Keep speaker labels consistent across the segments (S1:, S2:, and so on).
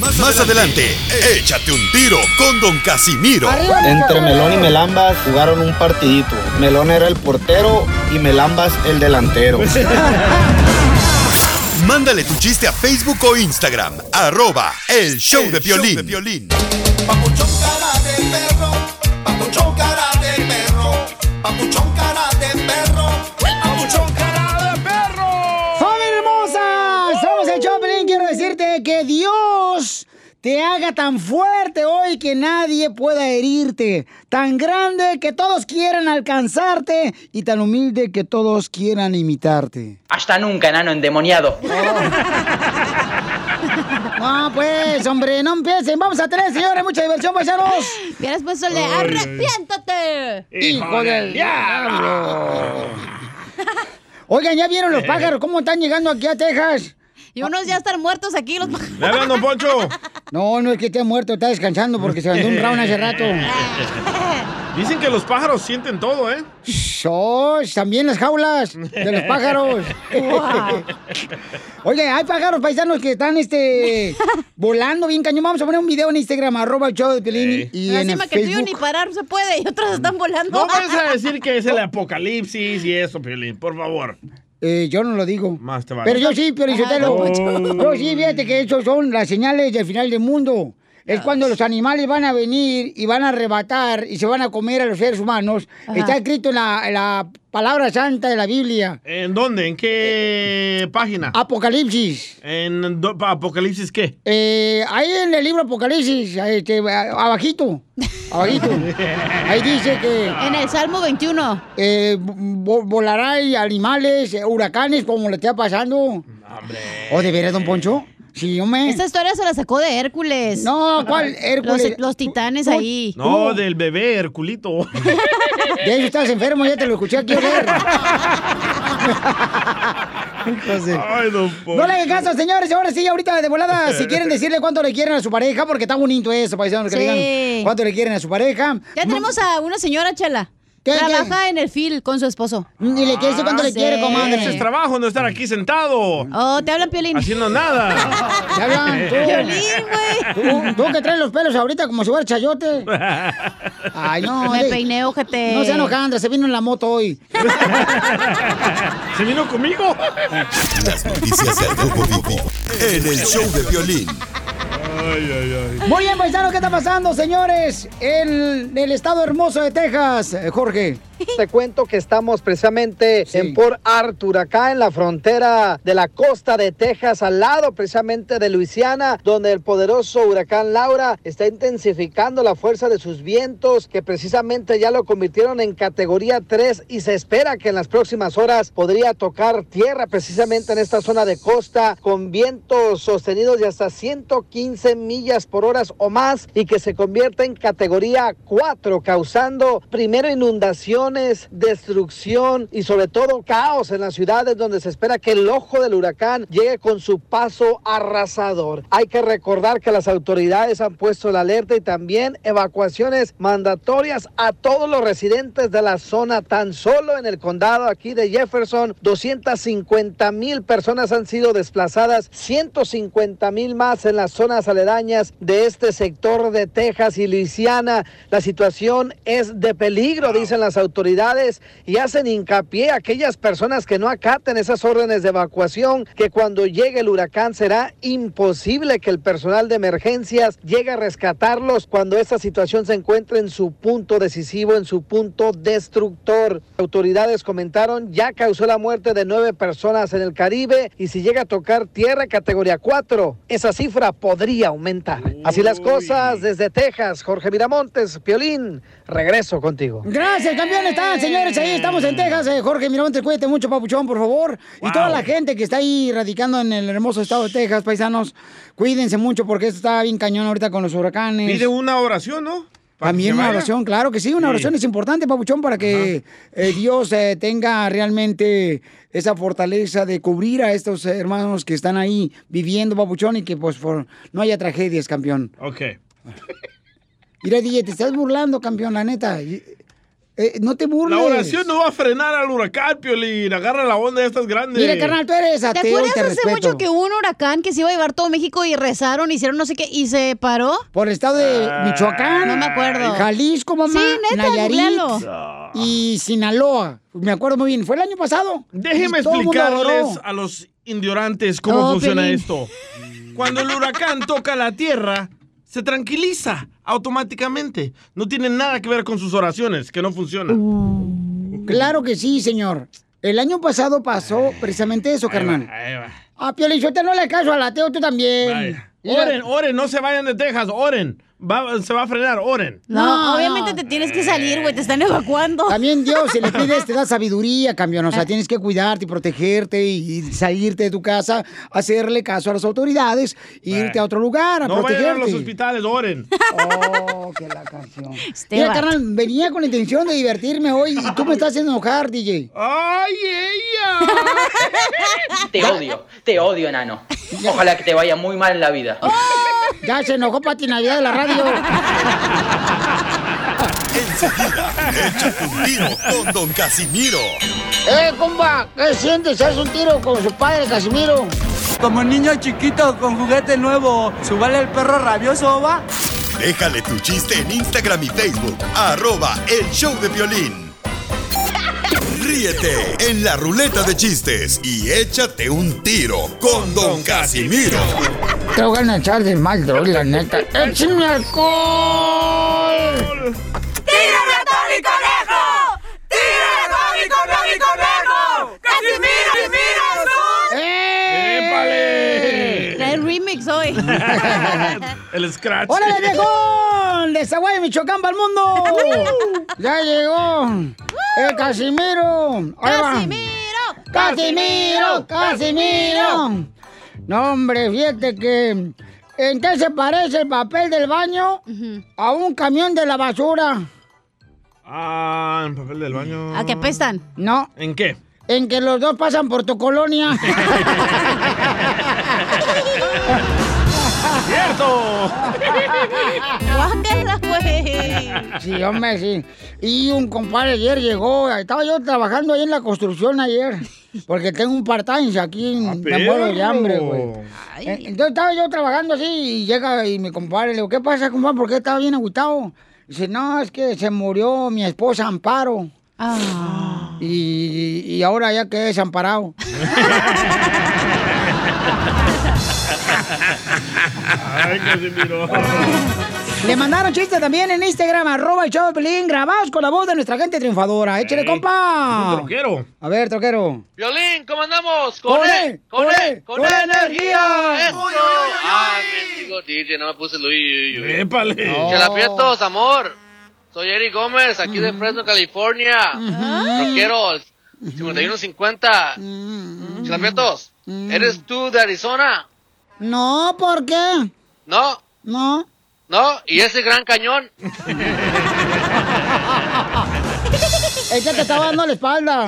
S1: Más, Más adelante, adelante, échate un tiro con Don Casimiro.
S2: Entre Melón y Melambas jugaron un partidito. Melón era el portero y Melambas el delantero.
S1: Mándale tu chiste a Facebook o Instagram. Arroba El Show, el de, violín. show de Violín.
S3: Papuchón cara de perro, papuchón cara de perro, papuchón cara de perro, papuchón cara de perro. ¡Oh!
S4: ¡Familia hermosa! Somos el Choplin. Quiero decirte que Dios te haga tan fuerte hoy que nadie pueda herirte, tan grande que todos quieran alcanzarte y tan humilde que todos quieran imitarte.
S5: Hasta nunca, enano endemoniado.
S4: Oh. no, pues, hombre, no empiecen. Vamos a tener, señores, mucha diversión, paisanos.
S6: Hubieras puesto le arrepiéntate.
S4: Hijo del diablo. Oigan, ¿ya vieron los
S3: Eh.
S4: pájaros? ¿Cómo están llegando aquí a Texas?
S6: Y unos ya están muertos aquí, los pájaros.
S7: ¡Le hablan, don Poncho!
S4: No, no es que esté muerto, está descansando porque se mandó un round hace rato.
S7: Dicen que los pájaros sienten todo, ¿eh?
S4: Oh, también las jaulas de los pájaros. Oye, hay pájaros paisanos que están este volando bien cañón. Vamos a poner un video en Instagram, arroba el show de Pelín.
S6: Y Pero en encima el que el tuyo ni parar se puede y otros están volando.
S7: No vayas a decir que es el apocalipsis y eso, Pelín, por favor.
S4: Eh, yo no lo digo.
S7: Más te
S4: vale. Pero yo sí, pero yo, te lo... oh. yo sí, fíjate que esos son las señales del final del mundo. Es cuando los animales van a venir y van a arrebatar y se van a comer a los seres humanos. Ajá. Está escrito en la, en la, palabra santa de la Biblia.
S7: ¿En dónde? ¿En qué eh, página?
S4: Apocalipsis.
S7: ¿En do, Apocalipsis qué?
S4: Eh, ahí en el libro Apocalipsis, este, abajito. Abajito. ahí dice que...
S6: En el Salmo 21.
S4: Eh, volará animales, eh, huracanes, como le está pasando. Hombre. ¿O de veras, don Poncho? Sí, hombre.
S6: Esta historia se la sacó de Hércules.
S4: No, ¿cuál Hércules?
S6: Los, los titanes ahí.
S7: No, del bebé Herculito.
S4: De ellos Uh. estás enfermo, ya te lo escuché aquí oler. Entonces, Ay, no, no le hagan caso, señores. Ahora sí, ahorita de volada, si quieren decirle cuánto le quieren a su pareja, porque está bonito eso, paisanos, que sí. digan cuánto le quieren a su pareja.
S6: Ya tenemos a una señora, Chela. ¿Qué, Trabaja qué? en el fil con su esposo.
S4: Ni le quiere decir cuánto ah, le quiere, sí. comadre.
S7: Ese es trabajo, no estar aquí sentado.
S6: Oh, te hablan piolín.
S7: Haciendo nada.
S4: Te hablan tú.
S6: Piolín,
S4: güey. Tú, tú, que traes los pelos ahorita como si fuera chayote. Ay, no.
S6: Me peiné, ojete.
S4: No se enojando, se vino en la moto hoy.
S7: ¿Se vino conmigo?
S1: Las noticias del grupo Vivo en el show de violín.
S4: Ay, ay, ay. Muy bien, paisano, ¿qué está pasando, señores? En el estado hermoso de Texas, eh, Jorge.
S8: Te cuento que estamos precisamente sí. en Port Arthur, acá en la frontera de la costa de Texas, al lado precisamente de Luisiana, donde el poderoso huracán Laura está intensificando la fuerza de sus vientos, que precisamente ya lo convirtieron en categoría 3 y se espera que en las próximas horas podría tocar tierra precisamente en esta zona de costa, con vientos sostenidos de hasta 115 millas por hora o más y que se convierta en categoría 4, causando primero inundaciones, destrucción y sobre todo caos en las ciudades donde se espera que el ojo del huracán llegue con su paso arrasador. Hay que recordar que las autoridades han puesto la alerta y también evacuaciones mandatorias a todos los residentes de la zona. Tan solo en el condado aquí de Jefferson, 250 mil personas han sido desplazadas, 150 mil más en las zonas aledañas de este sector de Texas y Luisiana. La situación es de peligro, dicen las autoridades, y hacen hincapié a aquellas personas que no acaten esas órdenes de evacuación, que cuando llegue el huracán será imposible que el personal de emergencias llegue a rescatarlos cuando esta situación se encuentre en su punto decisivo, en su punto destructor. Autoridades comentaron, ya causó la muerte de nueve personas en el Caribe y si llega a tocar tierra categoría 4, esa cifra podría aumentar. Así las cosas desde Texas. Jorge Miramontes, Piolín, regreso contigo.
S4: Gracias, campeón. Están, señores, ahí estamos en Texas. Eh, Jorge Miramontes, cuídate mucho, papuchón, por favor. Wow. Y toda la gente que está ahí radicando en el hermoso estado de Texas, paisanos, cuídense mucho porque esto está bien cañón ahorita con los huracanes.
S7: Pide una oración, ¿no?
S4: También una oración, claro que sí, una sí. oración es importante, Papuchón, para que eh, Dios eh, tenga realmente esa fortaleza de cubrir a estos hermanos que están ahí viviendo, Papuchón, y que pues por, no haya tragedias, campeón.
S7: Ok.
S4: Mira, DJ, te estás burlando, campeón, la neta. Eh, no te burles.
S7: La oración no va a frenar al huracán, Piolín. Agarra la onda de estas grandes.
S4: Mira, carnal, tú eres
S6: ¿Te
S4: ateo. y
S6: acuerdas
S4: te
S6: hace
S4: respeto.
S6: mucho que hubo un huracán que se iba a llevar todo México y rezaron, hicieron no sé qué y se paró?
S4: Por el estado de
S7: Ah.
S4: Michoacán.
S6: No me acuerdo.
S4: Jalisco, mamá.
S6: Sí, neta,
S4: Nayarit.
S6: googlealo.
S4: Y Sinaloa. Me acuerdo muy bien. Fue el año pasado.
S7: Déjenme
S4: Y todo el mundo
S7: explicarles
S4: adoró.
S7: a los indiorantes cómo
S6: No,
S7: funciona
S6: Piolín.
S7: esto. Cuando el huracán toca la tierra, se tranquiliza automáticamente. No tiene nada que ver con sus oraciones, que no funciona.
S6: Uh,
S4: Claro que sí, señor. El año pasado pasó precisamente eso,
S7: Ahí va,
S4: carnal.
S7: ahí va.
S4: A Piolín, yo te no le caso al ateo, tú también.
S7: Vaya.
S4: Mira,
S7: Oren, oren, no se vayan de Texas, oren. Va- se va a frenar, oren.
S6: No,
S4: No,
S6: obviamente
S4: no.
S6: te tienes que salir, güey, te están evacuando. Ah.
S4: También Dios, si le pides, te da sabiduría, campeón. O sea, tienes que cuidarte y protegerte y, y salirte de tu casa, hacerle caso a las autoridades, e irte a otro lugar a
S7: No vayan a los
S4: protegerte.
S7: hospitales, oren.
S4: Oh, qué la canción.
S6: Este
S4: Mira,
S6: vato.
S4: carnal, venía con la intención de divertirme hoy y tú me estás haciendo enojar, DJ.
S7: ¡Ay, ella!
S5: Te odio, te odio, enano. Ojalá que te vaya muy mal en la vida.
S4: Ya se enojó Pati Navidad de la radio.
S1: Échate un tiro con Don Casimiro.
S4: ¡Eh, compa! ¿Qué sientes? ¿Haz un tiro con su padre, Casimiro?
S9: Como niño chiquito con juguete nuevo, ¿subale el perro rabioso va?
S1: Déjale tu chiste en Instagram y Facebook. Arroba El Show de Violín. Ríete en la ruleta de chistes y échate un tiro con Don Casimiro.
S4: Te voy a echar de mal, droga, la neta. ¡Échame alcohol!
S9: ¡Tírame a Tony Conejo! ¡Tírame a Tony Conejo, Conejo! ¡Casimiro, Casimiro,
S7: ¡Épale!
S6: Trae remix hoy.
S7: El scratch.
S4: ¡Órale, viejón! ¡De Zaguay, Michoacán, para el mundo! ¡Ya llegó! ¡El Casimiro! Ahí va. ¡Casimiro!
S6: ¡Casimiro!
S4: ¡Casimiro! No, hombre, fíjate que... ¿En qué se parece el papel del baño a un camión de la basura?
S7: Ah, en papel del baño.
S6: ¿A qué apestan?
S4: No,
S7: ¿En qué?
S4: en que los dos pasan por tu colonia.
S7: ¡Cierto!
S6: ¡Guácala, pues. güey!
S4: Sí, hombre, sí. Y un compadre ayer llegó, estaba yo trabajando ahí en la construcción ayer, porque tengo un part-time aquí,
S7: Ah,
S4: me muero de hambre, güey.
S6: Ay.
S4: En- Entonces estaba yo trabajando así y llega y mi compadre, le digo, ¿qué pasa, compadre? ¿Por qué estaba bien agüitado? Dice, no, es que se murió mi esposa Amparo
S6: Ah.
S4: y, y ahora ya quedé desamparado.
S7: Ay, Casimiro.
S4: Le mandaron chistes también en Instagram, arroba el show de Pelín, grabados con la voz de nuestra gente triunfadora. Échale,
S7: Ey,
S4: compa.
S7: Troquero.
S4: A ver, troquero.
S10: Violín, ¿cómo andamos? E,
S4: Con él, con él, con energía.
S10: ¡Eso! ¡Ah, mendigo DJ! No me puse Luis. uy, uy, uy.
S7: ¡Épale!
S4: No.
S10: Chela Prietos, amor. Soy Eric Gómez, aquí de Fresno, California. Rockeros, 5150. Chela Prietos, ¿eres tú de Arizona?
S4: No, ¿por qué?
S10: ¿No?
S4: No.
S10: ¿No? ¿Y ese gran cañón?
S4: Es que te estaba dando la espalda.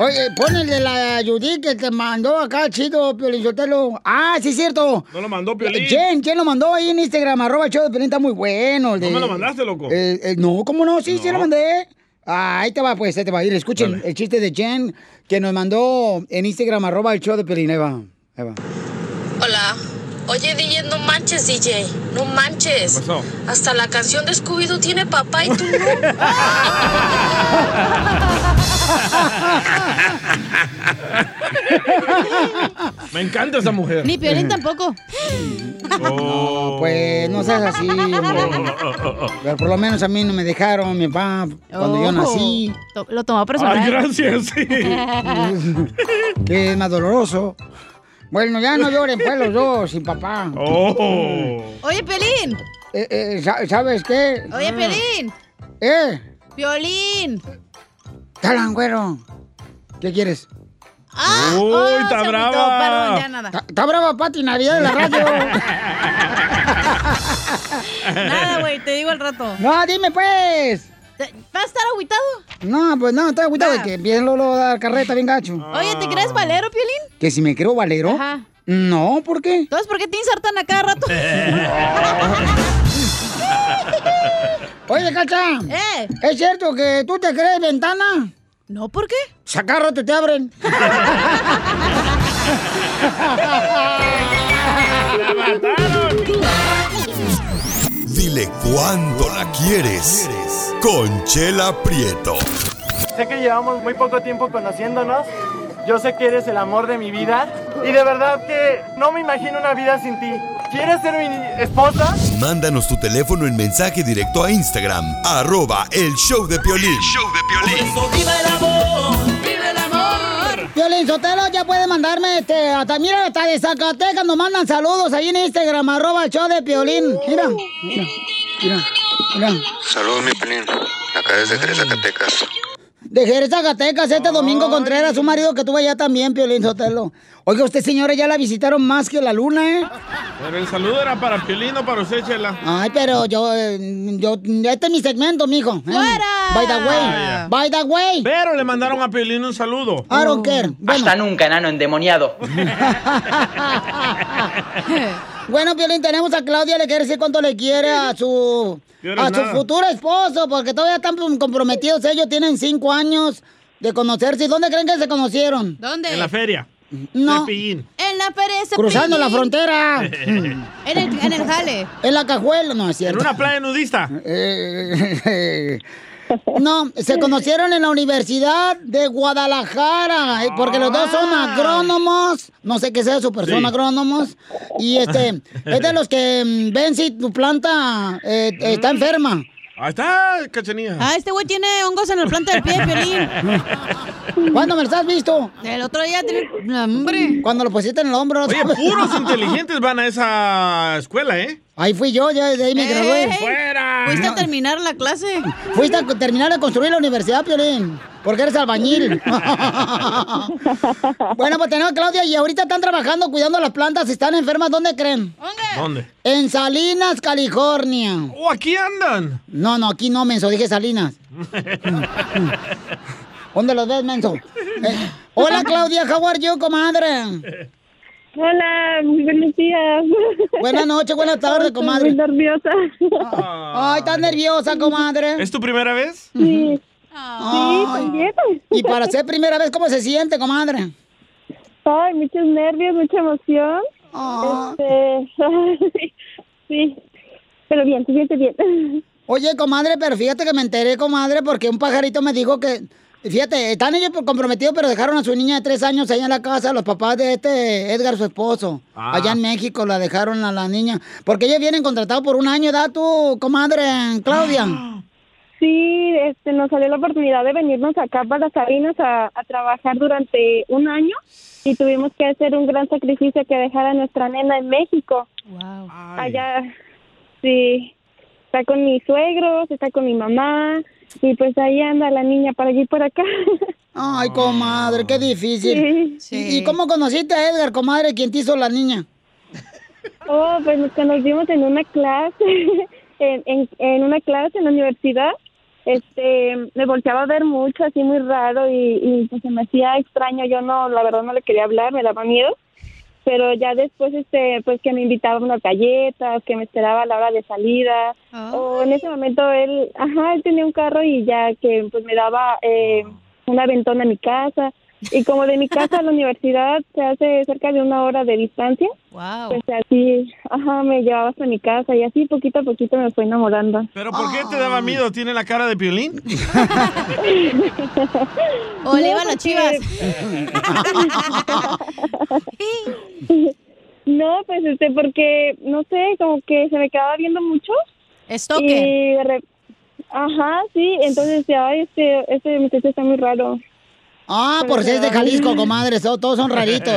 S4: Oye, pon el de la Judy que te mandó acá, chido, Piolinsotelo. Ah, sí, es cierto. Eh,
S7: No lo mandó Piolín.
S4: Jen, Jen lo mandó ahí en Instagram, arroba el show de Piolín, está muy bueno. el
S7: ¿No
S4: de-
S7: me lo mandaste, loco?
S4: Eh, eh, no, ¿cómo no? Sí, sí
S7: No.
S4: lo mandé. Ah, ahí te va, pues, ahí te va a ir. Escuchen
S7: Dale.
S4: el chiste de Jen que nos mandó en Instagram, arroba el show de Piolín. Ahí va, ahí va.
S11: Hola. Oye, DJ, no manches, DJ. No manches.
S7: ¿Qué pasó?
S11: Hasta la canción de Scooby-Doo tiene papá y tú no.
S7: Me encanta esa mujer.
S6: Ni Piolín tampoco.
S7: Oh.
S4: Pues no seas así, hombre. Pero por lo menos a mí no me dejaron, mi papá, cuando yo
S6: Oh.
S4: nací,
S6: To- Lo tomó
S7: Ay,
S6: personal.
S7: gracias. Sí.
S4: que es más doloroso. Bueno, ya no lloren pues los dos, sin papá.
S7: Oh.
S6: Oye, Pelín.
S4: Eh, eh, sa- ¿Sabes qué?
S6: Oye, Pelín.
S4: ¡Eh!
S6: Piolín.
S4: ¡Talan, güero! ¿Qué quieres?
S6: Ah,
S7: Uy,
S6: oh,
S7: está
S6: se agüitó,
S7: brava.
S6: Perdón, ya nada.
S4: Ta- ¡Está brava Pati Navidad de la radio!
S6: Nada, güey, te digo al rato.
S4: ¡No, dime pues!
S6: Te- ¿Vas a estar agüitado?
S4: No, pues no, estoy agüitado de
S6: Ah.
S4: que empiecen luego a dar carreta bien gacho.
S6: Oye, ¿te crees valero, Piolín?
S4: ¿Que si me creo valero?
S6: Ajá.
S4: No, ¿por qué?
S6: Entonces, ¿por qué te insertan a cada rato?
S4: Oye, Cacha. ¿Es cierto que tú te crees ventana?
S6: Eh.
S4: Pues
S6: No, ¿por qué?
S4: Sacarro te, te abren.
S1: Dile cuándo la quieres. Conchela Prieto.
S12: Sé que llevamos muy poco tiempo conociéndonos. Yo sé que eres el amor de mi vida. Y de verdad que no me imagino una vida sin ti. ¿Quieres ser mi esposa?
S1: Mándanos tu teléfono en mensaje directo a Instagram. Arroba el show de Piolín.
S13: ¡Viva el amor! ¡Viva el amor!
S4: Violín Sotelo, ya puede mandarme este. Hasta, mira, hasta de Zacatecas nos mandan saludos ahí en Instagram, arroba el show de Piolín. Mira, mira, mira, mira.
S2: Saludos, mi pelín. Acá desde Jerez, Zacatecas.
S4: De Jerez, Zacatecas, este domingo Contreras, su marido que tuvo allá también, Piolín Sotelo. Oiga, usted, señora, ya la visitaron más que la luna, ¿eh?
S7: Pero el saludo era para Piolín o para usted, Chela.
S6: Ah.
S4: Ay, pero yo, eh, yo, este es mi segmento, mijo. ¿eh? By the way,
S7: Ah, ya.
S4: by the way.
S7: Pero le mandaron a Piolín un saludo.
S4: I don't care. Bueno.
S11: Hasta nunca, enano endemoniado.
S4: Bueno, Piolín, tenemos a Claudia, le quiere decir cuánto le quiere a su
S11: Quiero
S4: a su
S11: nada.
S4: futuro esposo, porque todavía están comprometidos. Ellos tienen cinco años de conocerse. ¿Y dónde creen que se conocieron?
S6: ¿Dónde?
S7: En la feria.
S4: No.
S7: Cepillín.
S6: En la pereza.
S4: Cruzando la
S6: Pelín. Ah.
S4: frontera.
S7: en
S6: el, en el jale.
S4: En la cajuela, no es cierto. Eh,
S7: una playa nudista.
S4: No, se conocieron en la Universidad de Guadalajara, eh, porque los dos son
S7: Ah.
S4: agrónomos, no sé qué sea su persona,
S6: Sí.
S4: agrónomos, y este, es de los que mm, ven si tu planta eh, está
S7: Mm.
S4: enferma.
S7: Ahí está, cachanilla.
S6: Ah, este güey tiene hongos en la planta del pie, Piolín.
S4: ¿Cuándo me lo has visto?
S6: El otro día tiene... Hombre.
S4: Cuando lo pusiste en el hombro.
S7: Oye, puros inteligentes van a esa escuela, ¿eh?
S4: Ahí fui yo, ya de ahí me gradué.
S6: Ey, Fuiste a terminar la clase.
S4: Fuiste a terminar de construir la universidad, Piolín. Porque eres albañil. bueno, pues tenemos a Claudia y ahorita están trabajando cuidando las plantas. Si están enfermas, ¿dónde creen?
S7: ¿Dónde?
S4: En Salinas, California.
S7: ¿O Oh, aquí andan?
S4: No, no, aquí no, menso. Dije Salinas. ¿Dónde los ves, menso? Eh, hola, Claudia. How are you, comadre?
S14: Hola, muy buenos días.
S4: Buenas noches, buenas tardes, comadre.
S14: Estoy muy nerviosa.
S4: Ay, estás nerviosa, comadre.
S7: ¿Es tu primera vez?
S14: Sí.
S4: Ay. Y para ser primera vez, ¿cómo se siente, comadre?
S14: Ay, muchos nervios, mucha emoción.
S4: Ah.
S14: Este, sí, pero bien, se siente bien.
S4: Oye, comadre, pero fíjate que me enteré, comadre, porque un pajarito me dijo que. Fíjate, están ellos comprometidos, pero dejaron a su niña de tres años allá en la casa, los papás de este Edgar, su esposo.
S13: Ah.
S4: Allá en México la dejaron a la niña. Porque ellos vienen contratados por un año, ¿da tu comadre Claudia?
S14: Sí, este, nos salió la oportunidad de venirnos acá para las Sabinas a, a trabajar durante un año y tuvimos que hacer un gran sacrificio que dejar a nuestra nena en México. Allá, sí, está con mis suegros, está con mi mamá y pues ahí anda la niña para allí y por acá.
S4: Ay, comadre, qué difícil. ¿Y, y cómo conociste a Edgar, comadre, quien te hizo la niña?
S14: Oh, pues nos conocimos en una clase, en, en, en una clase en la universidad. Este, me volteaba a ver mucho, así muy raro, y, y, pues se me hacía extraño. Yo no, la verdad no le quería hablar, me daba miedo. Pero ya después, este, pues que me invitaba a unas galletas, que me esperaba a la hora de salida. O en ese momento él, ajá, él tenía un carro y ya que pues me daba eh, una ventona a mi casa. Y como de mi casa a la universidad se hace cerca de una hora de distancia,
S6: Wow.
S14: pues así, ajá, me llevaba hasta mi casa y así poquito a poquito me fue enamorando.
S7: ¿Pero por qué te daba miedo? ¿Tiene la cara de Piolín?
S6: O le iban las chivas.
S14: No, pues este, porque, no sé, como que se me quedaba viendo mucho.
S6: Estoque.
S14: Y de re- Ajá, sí, entonces decía, ay, este, este muchacho está muy raro.
S4: Ah, por ser de Jalisco, comadre, so- todos son raritos.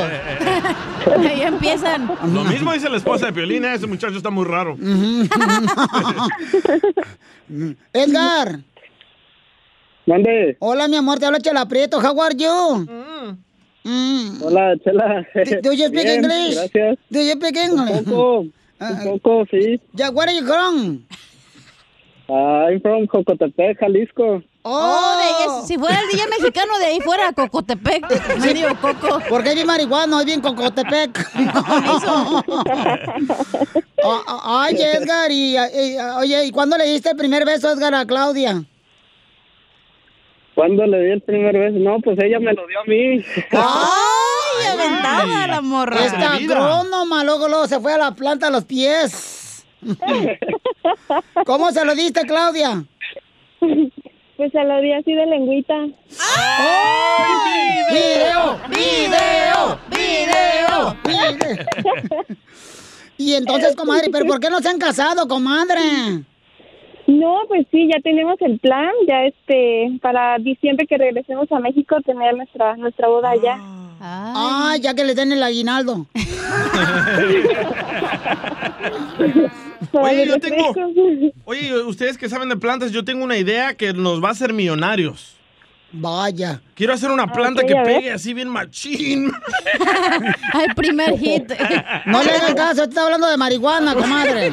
S6: Ahí empiezan.
S7: Lo mismo dice la esposa de Piolín, ¿eh? ese muchacho está muy raro.
S4: Edgar.
S9: Mande.
S4: Hola, mi amor, te habla Chela Prieto. How are you? Mm.
S9: Hola, Chela.
S4: Do- Do you speak
S9: Bien,
S4: English?
S9: Gracias.
S4: Do you speak English?
S9: poco,
S4: Ah,
S9: Un poco, sí.
S4: yeah, where are you from?
S9: Ah, I'm from Jocotepec, Jalisco.
S6: Oh, de es- si fuera el día mexicano, de ahí fuera Cocotepec.
S4: Sí.
S6: Medio coco.
S4: Porque es bien marihuana, es bien cocotepec. O- o- Ah, Ay, Edgar, y, ah, y- oye, ¿y cuándo le diste el primer beso, Edgar, a Claudia?
S9: ¿Cuándo le di el primer beso? No, pues ella me lo dio a mí.
S4: Ah. ¡Ay,
S6: aventaba la morra.
S4: Esta agrónoma, luego, luego se fue a la planta a los pies. ¿Cómo se lo diste, Claudia?
S14: Pues se lo di así de lengüita.
S4: ¡Video! ¡Video! ¡Video! Y entonces, comadre, ¿pero por qué no se han casado, comadre?
S14: No, pues sí, ya tenemos el plan, ya este, para diciembre que regresemos a México tener nuestra nuestra boda allá.
S4: Ah, ya que le den el aguinaldo.
S7: Oye, yo tengo. Oye, ustedes que saben de plantas, yo tengo una idea que nos va a hacer millonarios.
S4: Vaya.
S7: Quiero hacer una planta
S4: ok,
S7: que
S4: a ver.
S7: pegue así bien machín.
S6: Ay, primer hit.
S4: No le hagan caso, está hablando de marihuana, comadre.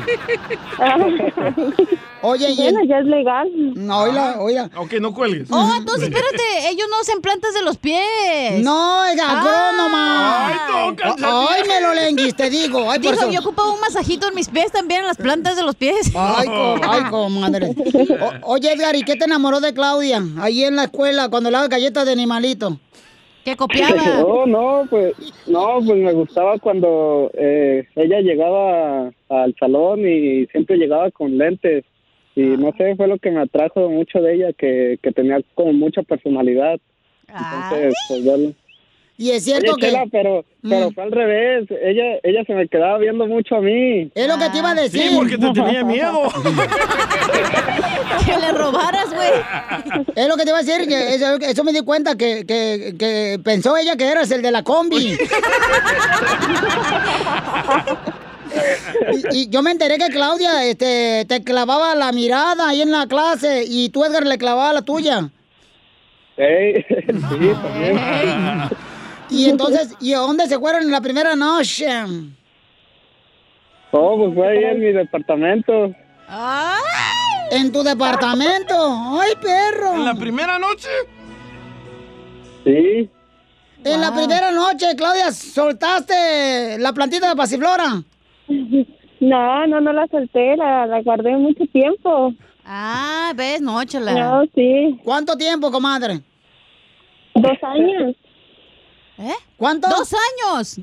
S4: Oye, y
S6: Bueno,
S4: ya es legal. No, oiga, oiga.
S7: Ok, no cuelgues.
S6: Oh, entonces espérate, ellos no usan plantas de los pies.
S4: No,
S6: Ah.
S4: es agrónoma. Ay, no,
S6: cállate.
S4: Ay, me lo lenguis, te digo. Ay, por
S6: Dijo,
S4: eso-
S6: yo ocupaba un masajito en mis pies también, en las plantas de los pies.
S4: Ay, co- ay, comadre. O- oye, Edgar, ¿y qué te enamoró de Claudia? Ahí en la escuela, cuando le daba galletas de animalito.
S6: Que
S9: No, no, pues, no, pues me gustaba cuando eh, ella llegaba al salón y siempre llegaba con lentes. Y
S4: Ah.
S9: no sé, fue lo que me atrajo mucho de ella, que, que tenía como mucha personalidad.
S4: Ah.
S9: Entonces, pues yo...
S4: Y es cierto
S9: Oye,
S4: que-
S9: Chela, pero, pero
S4: Mm.
S9: fue al revés. Ella, ella se me quedaba viendo mucho a mí.
S4: Es lo que te iba a decir.
S6: que le robaras,
S4: güey. Es lo que te iba a decir. que Eso, eso me di cuenta que, que- que pensó ella que eras el de la combi. Y, y yo me enteré que Claudia este, te clavaba la mirada ahí en la clase y tú, Edgar, le clavaba la tuya.
S9: Ey, sí, también.
S4: Y entonces, ¿y a dónde se fueron en la primera noche?
S9: Oh, pues fue ahí en mi departamento.
S4: En tu departamento. ¡Ay, perro!
S7: ¿En la primera noche?
S9: Sí.
S4: En la primera noche, Claudia, soltaste la plantita de pasiflora.
S14: No, no, no la solté, la, la guardé mucho tiempo.
S6: Ah, ves, no, chela.
S14: No, sí.
S4: ¿Cuánto tiempo, comadre?
S14: Dos años.
S6: ¿Eh?
S4: ¿Cuánto?
S6: ¿Dos años?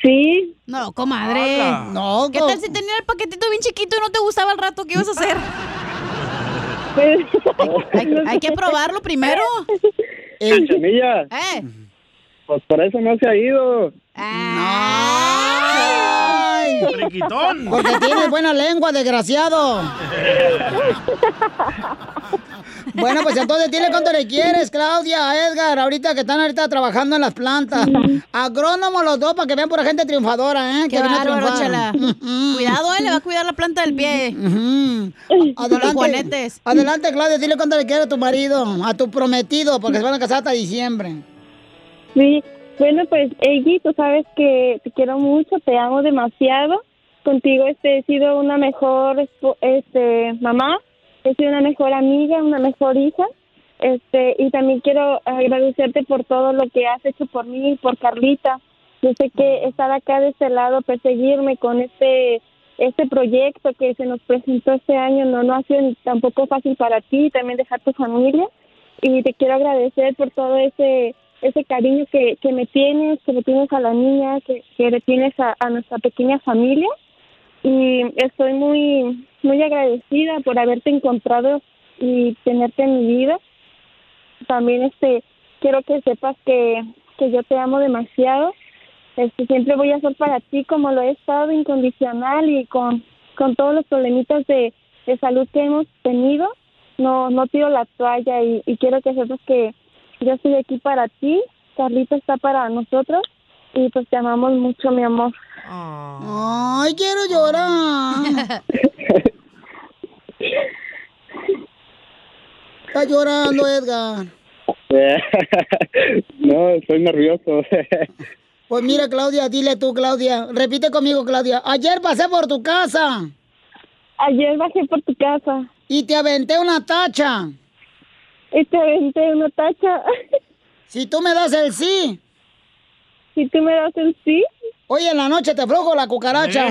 S14: Sí.
S6: No, comadre.
S14: Hola.
S4: No,
S6: ¿Qué
S14: co-
S6: tal si tenía el paquetito bien chiquito y no te gustaba el rato? ¿Qué ibas a hacer? hay, hay que probarlo primero.
S9: Cachanilla,
S6: ¿Eh?
S9: pues por eso no se ha ido.
S4: ¡Ay!
S7: Friquitón.
S4: Porque tienes buena lengua, desgraciado. Bueno, pues entonces dile cuánto le quieres, Claudia, a Edgar, ahorita que están ahorita trabajando en las plantas. Agrónomos los dos para que vean por gente triunfadora, ¿eh?
S6: Qué
S4: que viene a
S6: bárbaro,
S4: triunfar.
S6: chela. Cuidado, eh, le va a cuidar la planta del pie. Y
S4: Adelante,
S6: juanetes.
S4: adelante, Claudia, dile cuánto le quieres a tu marido, a tu prometido, porque se van a casar hasta diciembre.
S14: Sí, bueno, pues, Eggy, tú sabes que te quiero mucho, te amo demasiado. Contigo este, he sido una mejor espo- este, mamá, he sido una mejor amiga, una mejor hija. Este, y también quiero agradecerte por todo lo que has hecho por mí y por Carlita. Yo sé que estar acá de este lado, perseguirme con este este proyecto que se nos presentó este año no, no ha sido tampoco fácil para ti, también dejar tu familia y te quiero agradecer por todo ese ese cariño que, que me tienes, que le tienes a la niña, que, que le tienes a, a nuestra pequeña familia y estoy muy muy agradecida por haberte encontrado y tenerte en mi vida. También este quiero que sepas que, que yo te amo demasiado. Este, siempre voy a ser para ti como lo he estado incondicional y con, con todos los problemitas de, de salud que hemos tenido. No, no tiro la toalla y, y quiero que sepas que yo estoy aquí para ti, Carlita está para nosotros y pues te amamos mucho, mi amor.
S4: Ay, quiero llorar. Está llorando, Edgar.
S9: no, estoy nervioso.
S4: Pues mira, Claudia, dile tú, Claudia. Repite conmigo, Claudia. Ayer pasé por tu casa.
S14: Ayer bajé por tu casa.
S4: Y te aventé una tacha.
S15: y te aventé una tacha.
S4: Si tú me das el sí.
S15: Si tú me das el sí.
S4: Oye, en la noche te aflojo la cucaracha.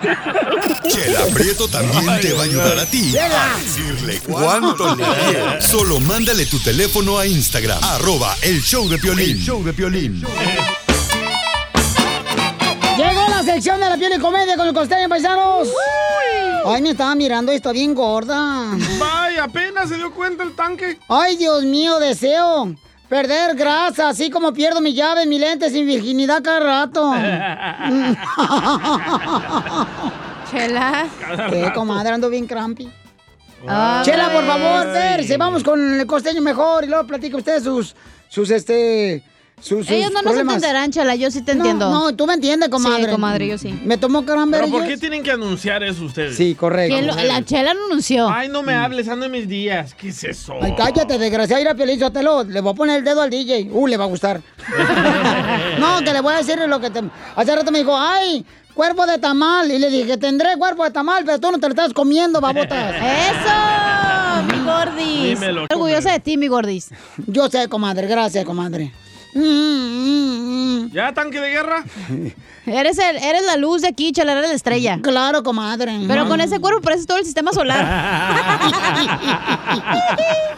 S1: Chela Prieto también te va a ayudar a ti
S3: Chela.
S1: a decirle cuánto le quieres. Solo mándale tu teléfono a Instagram, arroba el show de Piolín. show de Piolín.
S4: Llegó la sección de la piel y comedia con el costeño, paisanos. Ay, me estaba mirando y está bien gorda.
S7: Vaya, apenas se dio cuenta el tanque.
S4: Ay, Dios mío, deseo perder grasa, así como pierdo mi llave, mi lente sin virginidad cada rato. Chela. Qué comadre, ando bien crampi.
S6: Ay.
S4: Chela, por favor, verse, vamos con el costeño mejor y luego platica usted sus, sus, este, sus, sus
S6: Ellos no nos
S4: problemas.
S6: entenderán, chala, yo sí te
S4: No,
S6: entiendo.
S4: No, tú me entiendes, comadre.
S6: Sí, comadre, yo sí.
S4: Me tomó caramber.
S7: ¿Pero por qué tienen que anunciar eso ustedes?
S4: Sí, correcto.
S7: Las mujeres.
S4: chela anunció.
S7: Ay, no me hables, ando en mis días. ¿Qué es eso?
S4: Ay, cállate, desgraciada, ir a Piolín Sotelo, Le voy a poner el dedo al DJ. Uh, le va a gustar. no, que le voy a decir lo que te... Hace rato me dijo, ay, cuerpo de tamal. Y le dije, tendré cuerpo de tamal, pero tú no te lo estás comiendo, babotas.
S6: ¡Eso! Mi gordis.
S4: Dímelo,
S6: Orgullosa de ti, mi gordis.
S4: Yo sé, comadre. Gracias, comadre.
S7: ¿Ya, tanque de guerra?
S6: Mm, Eres, el, eres la luz de aquí, chala, eres la estrella.
S4: Claro, comadre. Mm.
S6: Pero con ese cuerpo pareces todo el sistema solar.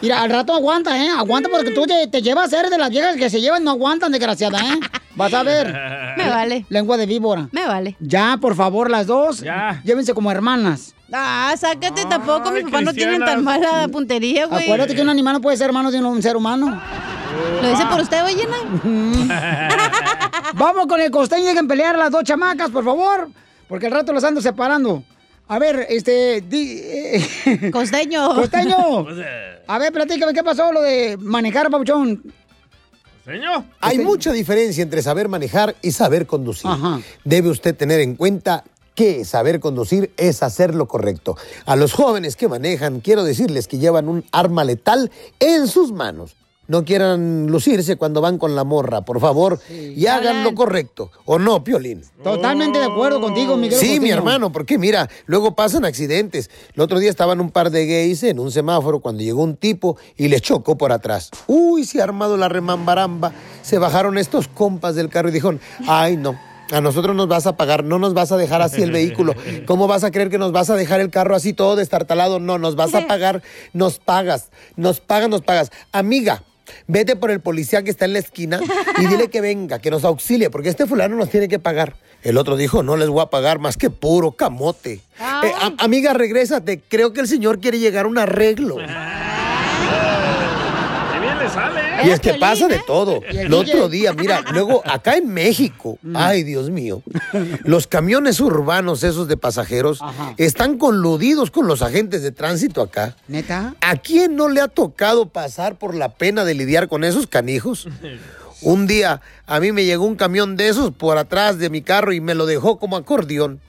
S4: Mira, al rato aguanta, ¿eh? Aguanta porque tú te, te llevas a ser de las viejas que se llevan, no aguantan, desgraciada, ¿eh? Vas a ver.
S6: Me vale.
S4: Lengua de víbora.
S6: Me vale.
S4: Ya, por favor, las dos. Llévense como hermanas.
S6: Ah, sácate tampoco, mis papás no tienen tan
S4: cristianas.
S6: mala puntería, güey.
S4: Acuérdate que un animal no puede ser hermano de un, un ser humano.
S6: ¿Lo dice por usted, ballena?
S4: Vamos con el costeño, dejen pelear a las dos chamacas, por favor. Porque al rato los ando separando. A ver, este. eh,
S6: Costeño.
S4: Costeño. A ver, platícame, ¿qué pasó lo de manejar, Pabuchón?
S7: Señor.
S16: Hay mucha diferencia entre saber manejar y saber conducir. Debe usted tener en cuenta que saber conducir es hacer lo correcto. A los jóvenes que manejan, quiero decirles que llevan un arma letal en sus manos. No quieran lucirse cuando van con la morra, por favor, y hagan lo correcto. ¿O no, Piolín?
S4: Totalmente de acuerdo contigo, Miguel.
S16: Sí, mi
S4: Costeño.
S16: hermano, porque mira, luego pasan accidentes. El otro día estaban un par de gays en un semáforo cuando llegó un tipo y les chocó por atrás. Uy, se ha armado la remambaramba. Se bajaron estos compas del carro y dijeron, ay no. A nosotros nos vas a pagar, no nos vas a dejar así el vehículo. ¿Cómo vas a creer que nos vas a dejar el carro así todo destartalado? No, nos vas a pagar, nos pagas, nos pagas, nos pagas. Amiga, vete por el policía que está en la esquina y dile que venga, que nos auxilie, porque este fulano nos tiene que pagar. El otro dijo, no les voy a pagar más que puro camote. Eh, a- amiga, regrésate, creo que el señor quiere llegar a un arreglo.
S7: Qué bien le sale, ¿eh?
S16: Y es que pasa de todo.
S7: Y el
S16: El
S7: Mm.
S16: otro
S7: DJ.
S16: día, mira, luego acá en México, ay Dios mío, los camiones urbanos esos de pasajeros están coludidos con los agentes de tránsito acá.
S4: ¿Neta?
S16: ¿A quién no le ha tocado pasar por la pena de lidiar con esos canijos? Un día a mí me llegó un camión de esos por atrás de mi carro y me lo dejó como acordeón.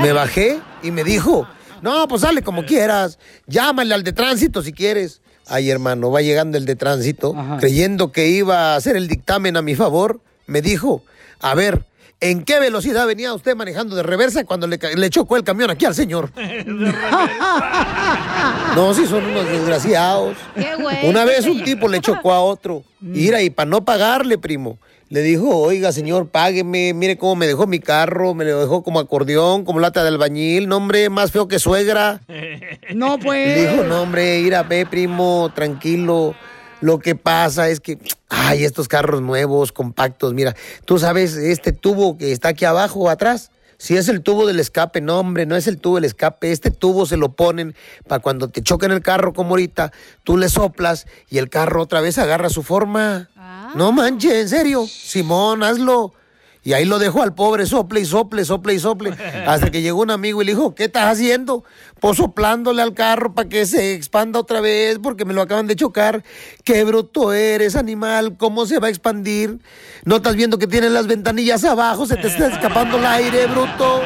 S16: Me bajé y me dijo, no, pues sale como quieras, llámale al de tránsito si quieres. Ay, hermano, va llegando el de tránsito, creyendo que iba a hacer el dictamen a mi favor, me dijo, a ver, ¿en qué velocidad venía usted manejando de reversa cuando le, ca- le chocó el camión aquí al señor? No, si son unos desgraciados.
S3: Qué güey.
S16: Una vez un tipo le chocó a otro. Mira, y para no pagarle, primo. Le dijo, oiga, señor, págueme, mire cómo me dejó mi carro, me lo dejó como acordeón, como lata de albañil, nombre más feo que suegra.
S4: No, pues.
S16: Le dijo, no, hombre, ir a ver, primo, tranquilo. Lo que pasa es que, ay, estos carros nuevos, compactos, mira, tú sabes, este tubo que está aquí abajo, atrás, si es el tubo del escape, no, hombre, no es el tubo del escape, este tubo se lo ponen para cuando te choquen el carro como ahorita, tú le soplas y el carro otra vez agarra su forma. No manches, en serio, Simón, hazlo. Y ahí lo dejó al pobre, sople y sople, sople y sople. Hasta que llegó un amigo y le dijo, ¿qué estás haciendo? Pues soplándole al carro para que se expanda otra vez porque me lo acaban de chocar. Qué bruto eres, animal. ¿Cómo se va a expandir? ¿No estás viendo que tienen las ventanillas abajo? Se te está escapando el aire, bruto.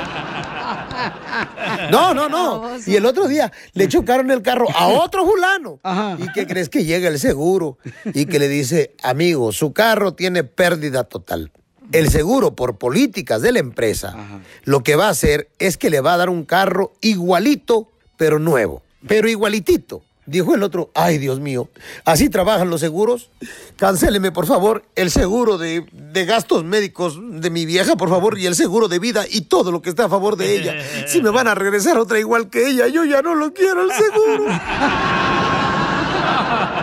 S16: No, no, no. Y el otro día le chocaron el carro a otro fulano. ¿Y qué crees que llega el seguro? Y que le dice, amigo, su carro tiene pérdida total. El seguro, por políticas de la empresa, lo que va a hacer es que le va a dar un carro igualito, pero nuevo. Pero igualitito. Dijo el otro, ay Dios mío, así trabajan los seguros. Cancéleme, por favor, el seguro de, de gastos médicos de mi vieja, por favor, y el seguro de vida y todo lo que está a favor de ella. Si me van a regresar otra igual que ella, yo ya no lo quiero el seguro.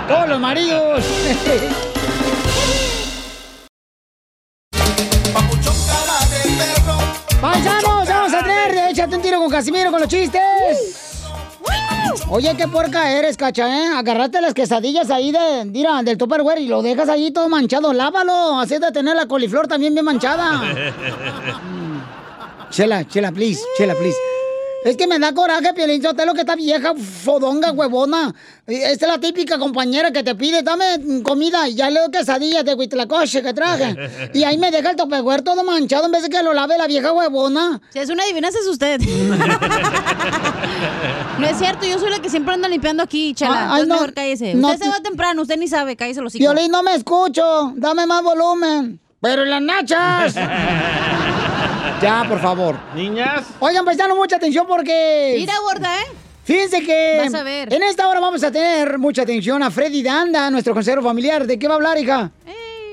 S4: Todos los maridos. ¡Paisanos! ¡Vamos a tener! ¡Échate un tiro con Casimiro con los chistes! Oye, qué puerca eres, cacha, ¿eh? Agarraste las quesadillas ahí de, mira, del Tupperware y lo dejas ahí todo manchado. Lávalo. Así de tener la coliflor también bien manchada. Chela, chela, please, chela, please. Es que me da coraje, Piolín Sotelo, que esta vieja fodonga, huevona. eh, Esta es la típica compañera que te pide, dame comida y ya le doy quesadillas de huitlacoche que traje. Y ahí me deja el topegüer todo manchado en vez de que lo lave la vieja huevona.
S6: Si es una adivinanza, es usted. No es cierto, yo soy la que siempre anda limpiando aquí, chala.
S4: Ah, ay,
S6: Entonces
S4: no,
S6: mejor cállese.
S4: no
S6: usted
S4: te-
S6: se va temprano, usted ni sabe, cállese los hijos.
S4: Piolín, no me escucho, dame más volumen. Pero en las nachas. ya, por favor.
S7: Niñas.
S4: Oigan, prestando mucha atención porque...
S6: Mira, gorda, ¿eh?
S4: Fíjense que
S6: Vas a ver.
S4: en esta hora vamos a tener mucha atención a Freddy Danda, nuestro consejero familiar. ¿De qué va a hablar, hija?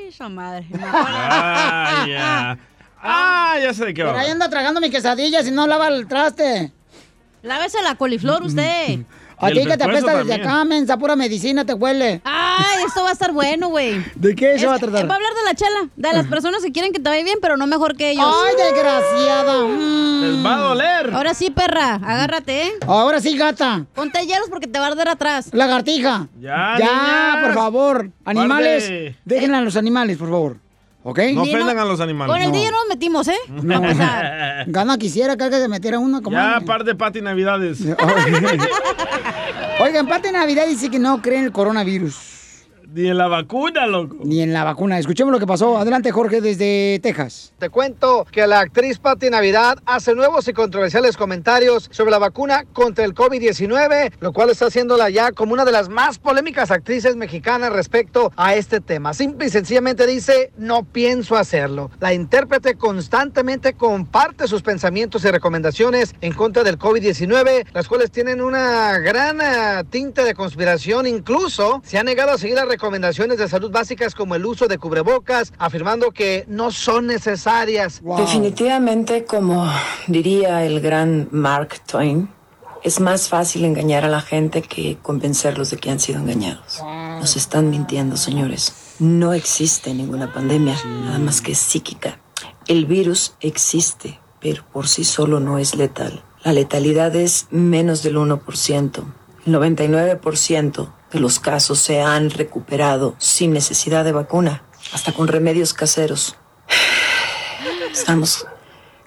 S6: Esa madre.
S7: Ah, ya. Ah, ya sé de qué
S4: Por
S7: va.
S4: ahí anda tragando mi quesadilla si no lava el traste.
S6: Lávese la coliflor usted.
S4: A ti que te apesta desde acá, mensa, pura medicina te huele.
S6: Ay, esto va a estar bueno, güey. eh,
S4: ¿De qué se va a
S6: Va a
S4: tratar?
S6: hablar de la chela, de las personas que quieren que te vaya bien, pero no mejor que ellos.
S4: Ay, desgraciada.
S7: Les va a doler.
S9: Mm.
S6: Ahora sí, perra, agárrate, ¿eh?
S4: Ahora sí, gata.
S6: Ponte hielos porque te va a arder atrás.
S4: Lagartija.
S7: Ya,
S4: Ya, por favor. Animales,
S7: Guarde.
S4: déjenla a los animales, por favor. ¿Ok?
S7: No Ni ofendan no- a los animales.
S6: Con el
S7: No.
S6: día nos metimos, ¿eh?
S4: No, Gana quisiera que alguien se metiera una como.
S7: Ya, par de pati navidades.
S4: Oigan, parte de Navidad dice que no creen en el coronavirus.
S7: Ni en la vacuna, loco.
S4: Ni en la vacuna. Escuchemos lo que pasó. Adelante, Jorge, desde Texas.
S8: Te cuento que la actriz Patti Navidad hace nuevos y controversiales comentarios sobre la vacuna contra el COVID-19, lo cual está haciéndola ya como una de las más polémicas actrices mexicanas respecto a este tema. Simple y sencillamente dice, no pienso hacerlo. La intérprete constantemente comparte sus pensamientos y recomendaciones en contra del COVID-19, las cuales tienen una gran ah, tinte de conspiración. Incluso se ha negado a seguir las recomendaciones de salud básicas como el uso de cubrebocas, afirmando que no son necesarias.
S17: Definitivamente, como diría el gran Mark Twain, es más fácil engañar a la gente que convencerlos de que han sido engañados. Nos están mintiendo, señores. No existe ninguna pandemia, nada más que psíquica. El virus existe, pero por sí solo no es letal. La letalidad es menos del 1%. El 99% de los casos se han recuperado sin necesidad de vacuna, hasta con remedios caseros. Estamos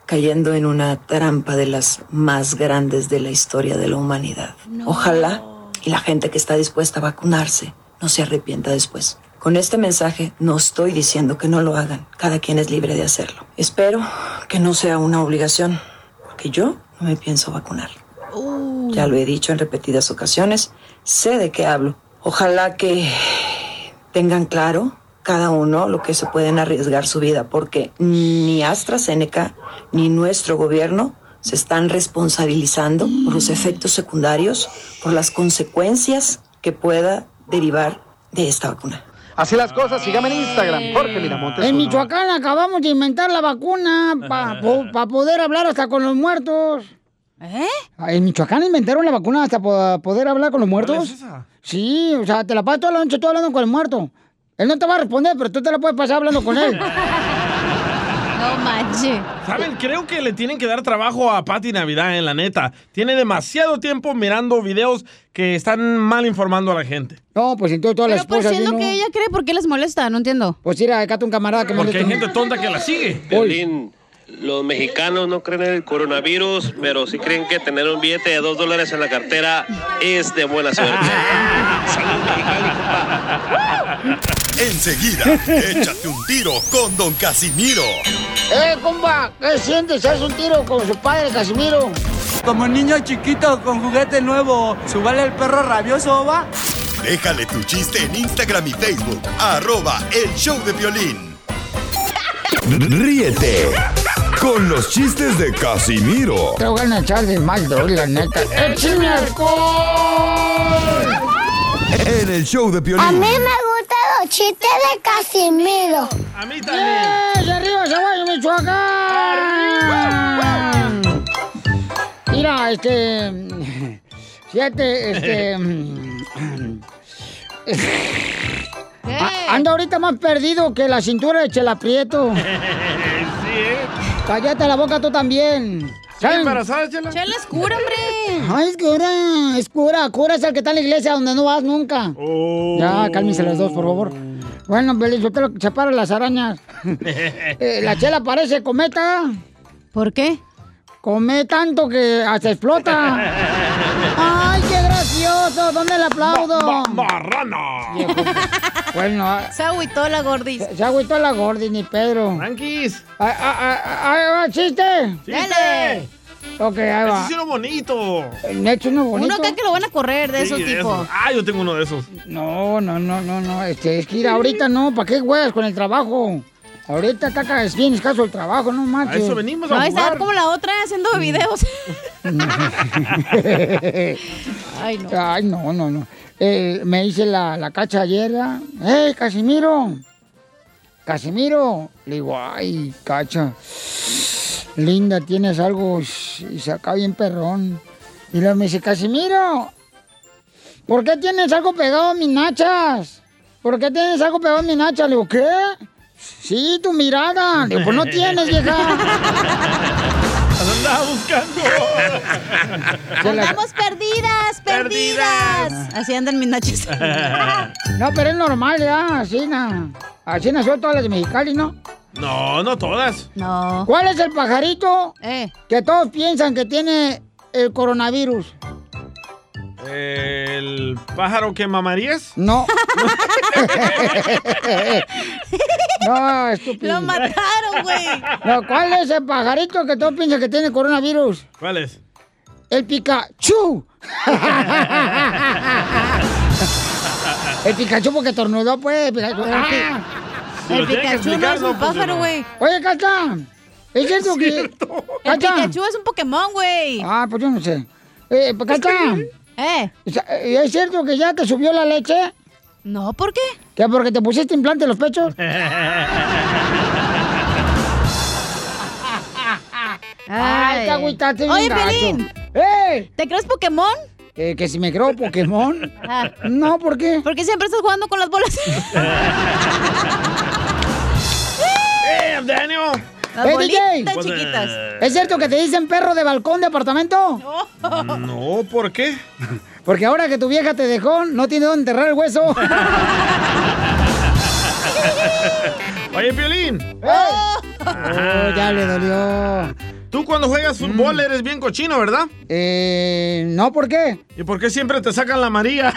S17: cayendo en una trampa de las más grandes de la historia de la humanidad. Ojalá y la gente que está dispuesta a vacunarse no se arrepienta después. Con este mensaje no estoy diciendo que no lo hagan. Cada quien es libre de hacerlo. Espero que no sea una obligación, porque yo no me pienso vacunar.
S6: uh.
S17: Ya lo he dicho en repetidas ocasiones. Sé de qué hablo. Ojalá que tengan claro cada uno lo que se pueden arriesgar su vida, porque ni AstraZeneca ni nuestro gobierno se están responsabilizando por los efectos secundarios, por las consecuencias que pueda derivar de esta vacuna.
S8: Así las cosas, sígame en Instagram, Jorge Miramontes. pues,
S4: En
S8: uno.
S4: Michoacán acabamos de inventar la vacuna para poder hablar hasta con los muertos. Ah,
S6: ¿Eh?
S4: En Michoacán inventaron la vacuna hasta para poder hablar con los muertos. Sí, o sea, te la pasas toda la noche tú hablando con el muerto. Él no te va a responder, pero tú te la puedes pasar hablando con él.
S6: No manches.
S7: ¿Saben? Creo que le tienen que dar trabajo a Pati Navidad, en la neta. Tiene demasiado tiempo mirando videos que están mal informando a la gente.
S4: No, pues entonces todas las
S6: Pero pues
S4: esposas.
S6: siendo
S4: bien, ¿no?
S6: que ella cree, ¿por qué les molesta? No entiendo.
S4: Pues ir acá a un camarada que
S7: Porque hay gente tonta que la sigue.
S18: Piolín, los mexicanos no creen en el coronavirus, pero sí creen que tener un billete de dos dólares en la cartera es de buena suerte. Salud, Mexicali, compa.
S1: Enseguida, échate un tiro con Don Casimiro.
S4: ¡Eh, compa! ¿Qué sientes? ¿Haz un tiro con su padre, Casimiro?
S19: Como niño chiquito con juguete nuevo, subale el perro rabioso, va.
S1: Déjale tu chiste en Instagram y Facebook. Arroba el show de violín. Ríete con los chistes de Casimiro
S4: Te voy a echar de mal, doy, la neta. ¡Eh, ¡Échame alcohol!
S1: en el show de
S9: A mí
S1: Piolín.
S9: me gustan los chistes de Casimiro.
S7: A mí
S4: ¡Yes! Eh, ¡Arriba, Zaguayo, Michoacán! Mira, este... Fíjate, este... a- Anda ahorita más perdido que la cintura de Chelaprieto.
S7: ¿eh?
S4: Cállate la boca tú también. ¿Saben?
S7: embarazada, Chela?
S6: Chela es cura, hombre.
S4: Ay, es cura, es cura, cura es el que está en la iglesia donde no vas nunca.
S7: Oh.
S4: Ya, cálmense los dos, por favor. Bueno, Belis, yo te lo separo las arañas. Eh, la chela parece cometa.
S6: ¿Por qué?
S4: Come tanto que hasta explota. ¡Ay, qué gracioso! ¿Dónde le aplaudo? Bueno, ah,
S6: Se agüitó la gordis.
S4: se agüitó la gordi, ni Pedro.
S7: Tranquis.
S4: Ah, ah, ah, ah, ahí va, chiste.
S6: Dale.
S4: Ok, ahí
S7: Ese
S4: va.
S7: es uno bonito.
S4: Me he hecho uno bonito.
S6: Uno acá que lo van a correr de
S7: Sí,
S6: esos tipos.
S7: Ah, yo tengo uno de esos.
S4: No, no, no, no, no. Este, es que ir ahorita no, ¿para qué juegas con el trabajo? Ahorita acá es bien escaso el trabajo, no manches.
S6: No, a estar como la otra haciendo videos.
S4: Ay, no. Ay, no, no, no. Eh, me dice la, la cacha ayer, ¿ah? ¡Ey, Casimiro! Casimiro. Le digo, ay, cacha. Linda, tienes algo. sh- Y se acaba bien perrón. Y luego me dice, Casimiro, ¿por qué tienes algo pegado a mis nachas? ¿Por qué tienes algo pegado a mis nachas? Le digo, ¿qué? Sí, tu mirada. Le digo, pues no tienes, vieja.
S7: Andaba buscando.
S4: Se la-
S6: Andamos perdidas, perdidas. Así andan mis nachas.
S4: No, pero es normal, ya, así na. Así nació todas las de Mexicali, ¿no?
S7: No, no todas.
S6: No.
S4: ¿Cuál es el pajarito
S6: Eh.
S4: que todos piensan que tiene el coronavirus?
S7: ¿El pájaro que mamarías?
S4: No. no, estúpido.
S6: Lo mataron, güey.
S4: No, ¿cuál es el pajarito que todos piensan que tiene coronavirus?
S7: ¿Cuál es?
S4: El Pikachu. el Pikachu porque tornudó, pues. Pikachu. ¡Ah!
S6: Si El lo tiene que Pikachu no explicar, es un no funciona. pájaro, güey.
S4: Oye, Cacha. ¿Es cierto que...?
S6: El Pikachu es un Pokémon, güey.
S4: Ah, pues yo no sé. Eh, pues, Cacha.
S6: ¿Eh?
S4: ¿Es cierto que ya te subió la leche?
S6: No, ¿por qué?
S4: ¿Que porque te pusiste implante en los pechos? Ay, te agüitaste bien
S6: Oye,
S4: gacho.
S6: Pelín.
S4: ¡Eh!
S6: ¿Te crees Pokémon?
S4: Eh, que si me creo Pokémon. Ah, No, ¿por qué?
S6: Porque siempre estás jugando con las bolas.
S7: ¡Eh, Daniel!
S6: Las
S4: ¡Eh,
S6: bolitas
S4: DJ!
S6: chiquitas.
S4: ¿Es cierto que te dicen perro de balcón de apartamento?
S7: Ah, No, ¿por qué?
S4: Porque ahora que tu vieja te dejó, no tiene dónde enterrar el hueso.
S7: Oye, Piolín.
S4: Oh, ya le dolió. Mm.
S7: Tú cuando juegas fútbol eres bien cochino, ¿verdad?
S4: Eh, no, ¿por qué?
S7: ¿Y por qué siempre te sacan la amarilla?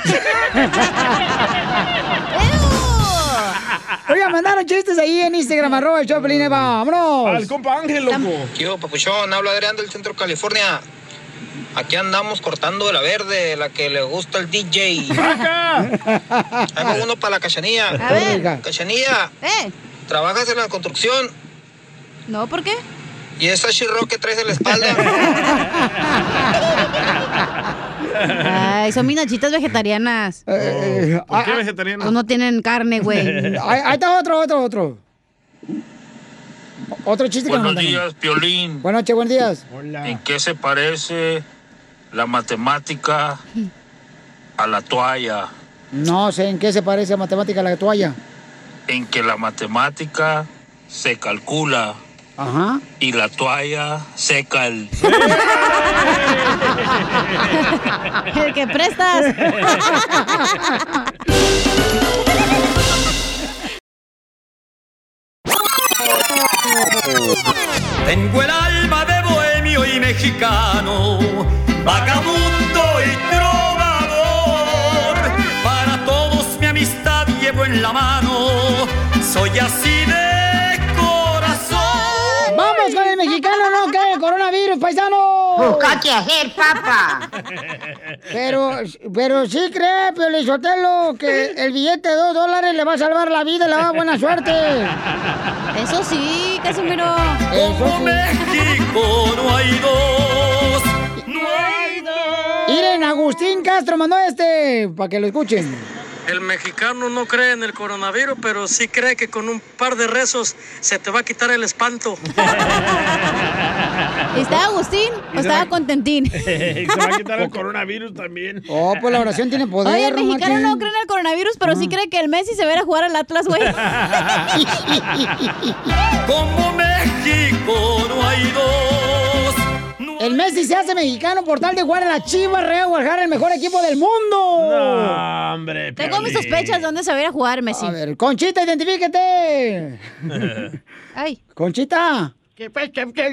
S4: Oiga, mandaron chistes ahí en Instagram, arroba el Choplin, vámonos.
S7: Al compa Ángel, loco.
S20: Yo, papuchón, habla Adrián del Centro California. Aquí andamos cortando de la verde, la que le gusta al DJ. Ahí va uno para la cachanilla.
S6: A ver.
S20: Cachanilla,
S6: ¿Eh?
S20: trabajas en la construcción
S6: No, ¿por qué?
S20: y esa chirro que traes en la espalda.
S6: Ay, son mis nachitas vegetarianas.
S4: Eh,
S7: ¿Por qué
S6: Pues
S7: vegetariano?
S6: no tienen carne, güey.
S4: ah, Ahí, ahí está otro, otro, otro. O- Otro chiste que nos
S21: Buenos
S4: mandaron.
S21: días, Piolín.
S4: Buenas noches, buenos días.
S21: ¿En qué se parece la matemática a la toalla?
S4: No sé en qué se parece a matemática la toalla.
S21: En que la matemática se calcula
S4: Ajá.
S21: y la toalla seca el...
S6: El que prestas.
S9: Tengo el alma de bohemio y mexicano, vagabundo y trovador. Para todos mi amistad llevo en la mano, soy así de corazón.
S4: Vamos con el mexicano, no cae el coronavirus. ¡Coronavirus, paisano!
S2: Busca qué hacer, papá.
S4: Pero, pero sí cree, Piolín Sotelo, que el billete de dos dólares le va a salvar la vida y le va a dar buena suerte.
S6: Eso sí, Casimiro.
S4: Eso
S9: México no hay dos.
S4: Miren, Agustín Castro mandó este para que lo escuchen.
S22: El mexicano no cree en el coronavirus, pero sí cree que con un par de rezos se te va a quitar el espanto.
S6: ¿Estaba Agustín o estaba contentín?
S7: se va a quitar el coronavirus también.
S4: Oh, pues la oración tiene poder.
S6: Oye, el
S4: Martín.
S6: mexicano no cree en el coronavirus, pero
S7: Mm.
S6: sí cree que el Messi se va a ir a jugar al Atlas, güey.
S9: Como México no hay dos.
S4: El Messi se hace mexicano por tal de jugar a la Chivas Real Guadalajara, el mejor equipo del mundo.
S14: Ah,
S7: No, hombre.
S6: Tengo mis sospechas de dónde se va a ir a jugar Messi.
S4: A ver, Conchita, identifíquete.
S6: Ay.
S4: Conchita.
S23: ¿Qué pasa? ¿Qué pasa?